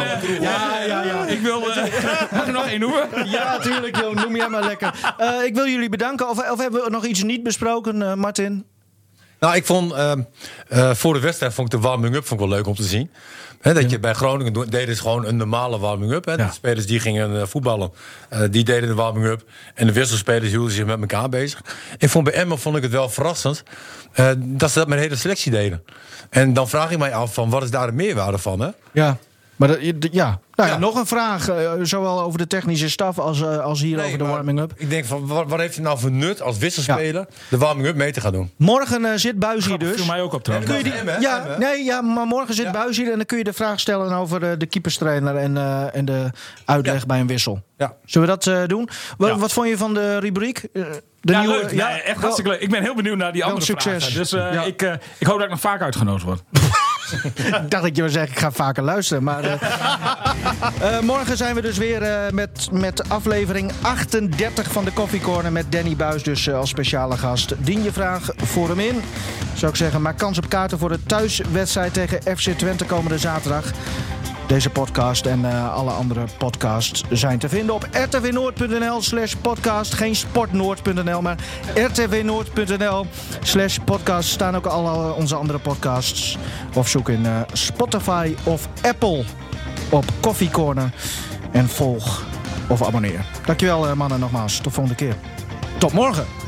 Speaker 1: ja, ja, ja.
Speaker 2: Ik
Speaker 1: [laughs]
Speaker 2: wil... eh, [laughs] mag ik nog één noemen?
Speaker 1: [laughs] Ja, tuurlijk, joh. Noem jij maar lekker. Eh, ik wil jullie bedanken. Of, of hebben we nog iets niet besproken, eh, Martin?
Speaker 4: Nou, ik vond ehm, eh, voor de wedstrijd vond ik de warming-up vond ik wel leuk om te zien. Hè, dat je bij Groningen do- deden ze gewoon een normale warming-up. hè.
Speaker 2: Ja.
Speaker 4: De spelers die gingen eh, voetballen, eh, die deden de warming-up. En de wisselspelers hielden zich met elkaar bezig. Ik vond bij Emmen vond ik het wel verrassend eh, dat ze dat met de hele selectie deden. En dan vraag ik mij af van wat is daar de meerwaarde van? Hè?
Speaker 1: Ja. Maar dat- je- d- ja. Nou, ja,
Speaker 4: Ja.
Speaker 1: nog een vraag. eh, zowel over de technische staf als, eh, als hier over de
Speaker 4: Nee, maar
Speaker 1: warming-up.
Speaker 4: Ik denk van wat, wat heeft het nou voor nut als wisselspeler de warming-up mee te gaan doen?
Speaker 1: Morgen eh, zit Buis hier
Speaker 2: Viel
Speaker 1: dus.
Speaker 2: mij ook op trouwens.
Speaker 1: Kun je die,
Speaker 4: Emmen, hè?
Speaker 1: ja,
Speaker 4: Emmen.
Speaker 1: nee, ja, maar morgen zit Buis hier en dan kun je de vraag stellen over eh, de keeperstrainer en, eh, en de uitleg bij een wissel.
Speaker 4: Ja.
Speaker 1: Zullen we dat eh, doen? Wat,
Speaker 2: Ja.
Speaker 1: wat vond je van de rubriek? Eh, De
Speaker 2: Ja,
Speaker 1: nieuwe,
Speaker 2: leuk.
Speaker 1: ja,
Speaker 2: Nee, echt
Speaker 1: wel-
Speaker 2: hartstikke leuk. Ik ben heel benieuwd naar die
Speaker 1: wel
Speaker 2: andere
Speaker 1: succes.
Speaker 2: vragen. Dus eh,
Speaker 1: Ja.
Speaker 2: ik, eh, ik hoop dat ik nog vaak uitgenodigd word.
Speaker 1: Ik dacht dat je wil zeggen, ik ga vaker luisteren. Maar eh, eh, morgen zijn we dus weer eh, met, met aflevering 38 van de Coffee Corner met Danny Buis dus eh, als speciale gast. Dien je vraag voor hem in. Zou ik zeggen, maak kans op kaarten voor de thuiswedstrijd tegen FC Twente komende zaterdag. Deze podcast en eh, alle andere podcasts zijn te vinden op rtvnoord.nl slash podcast. Geen sportnoord.nl, maar rtvnoord.nl slash podcast staan ook al eh, onze andere podcasts. Of zoek in eh, Spotify of Apple op Coffee Corner. En volg of abonneer. Dankjewel eh, mannen nogmaals. Tot volgende keer. Tot morgen.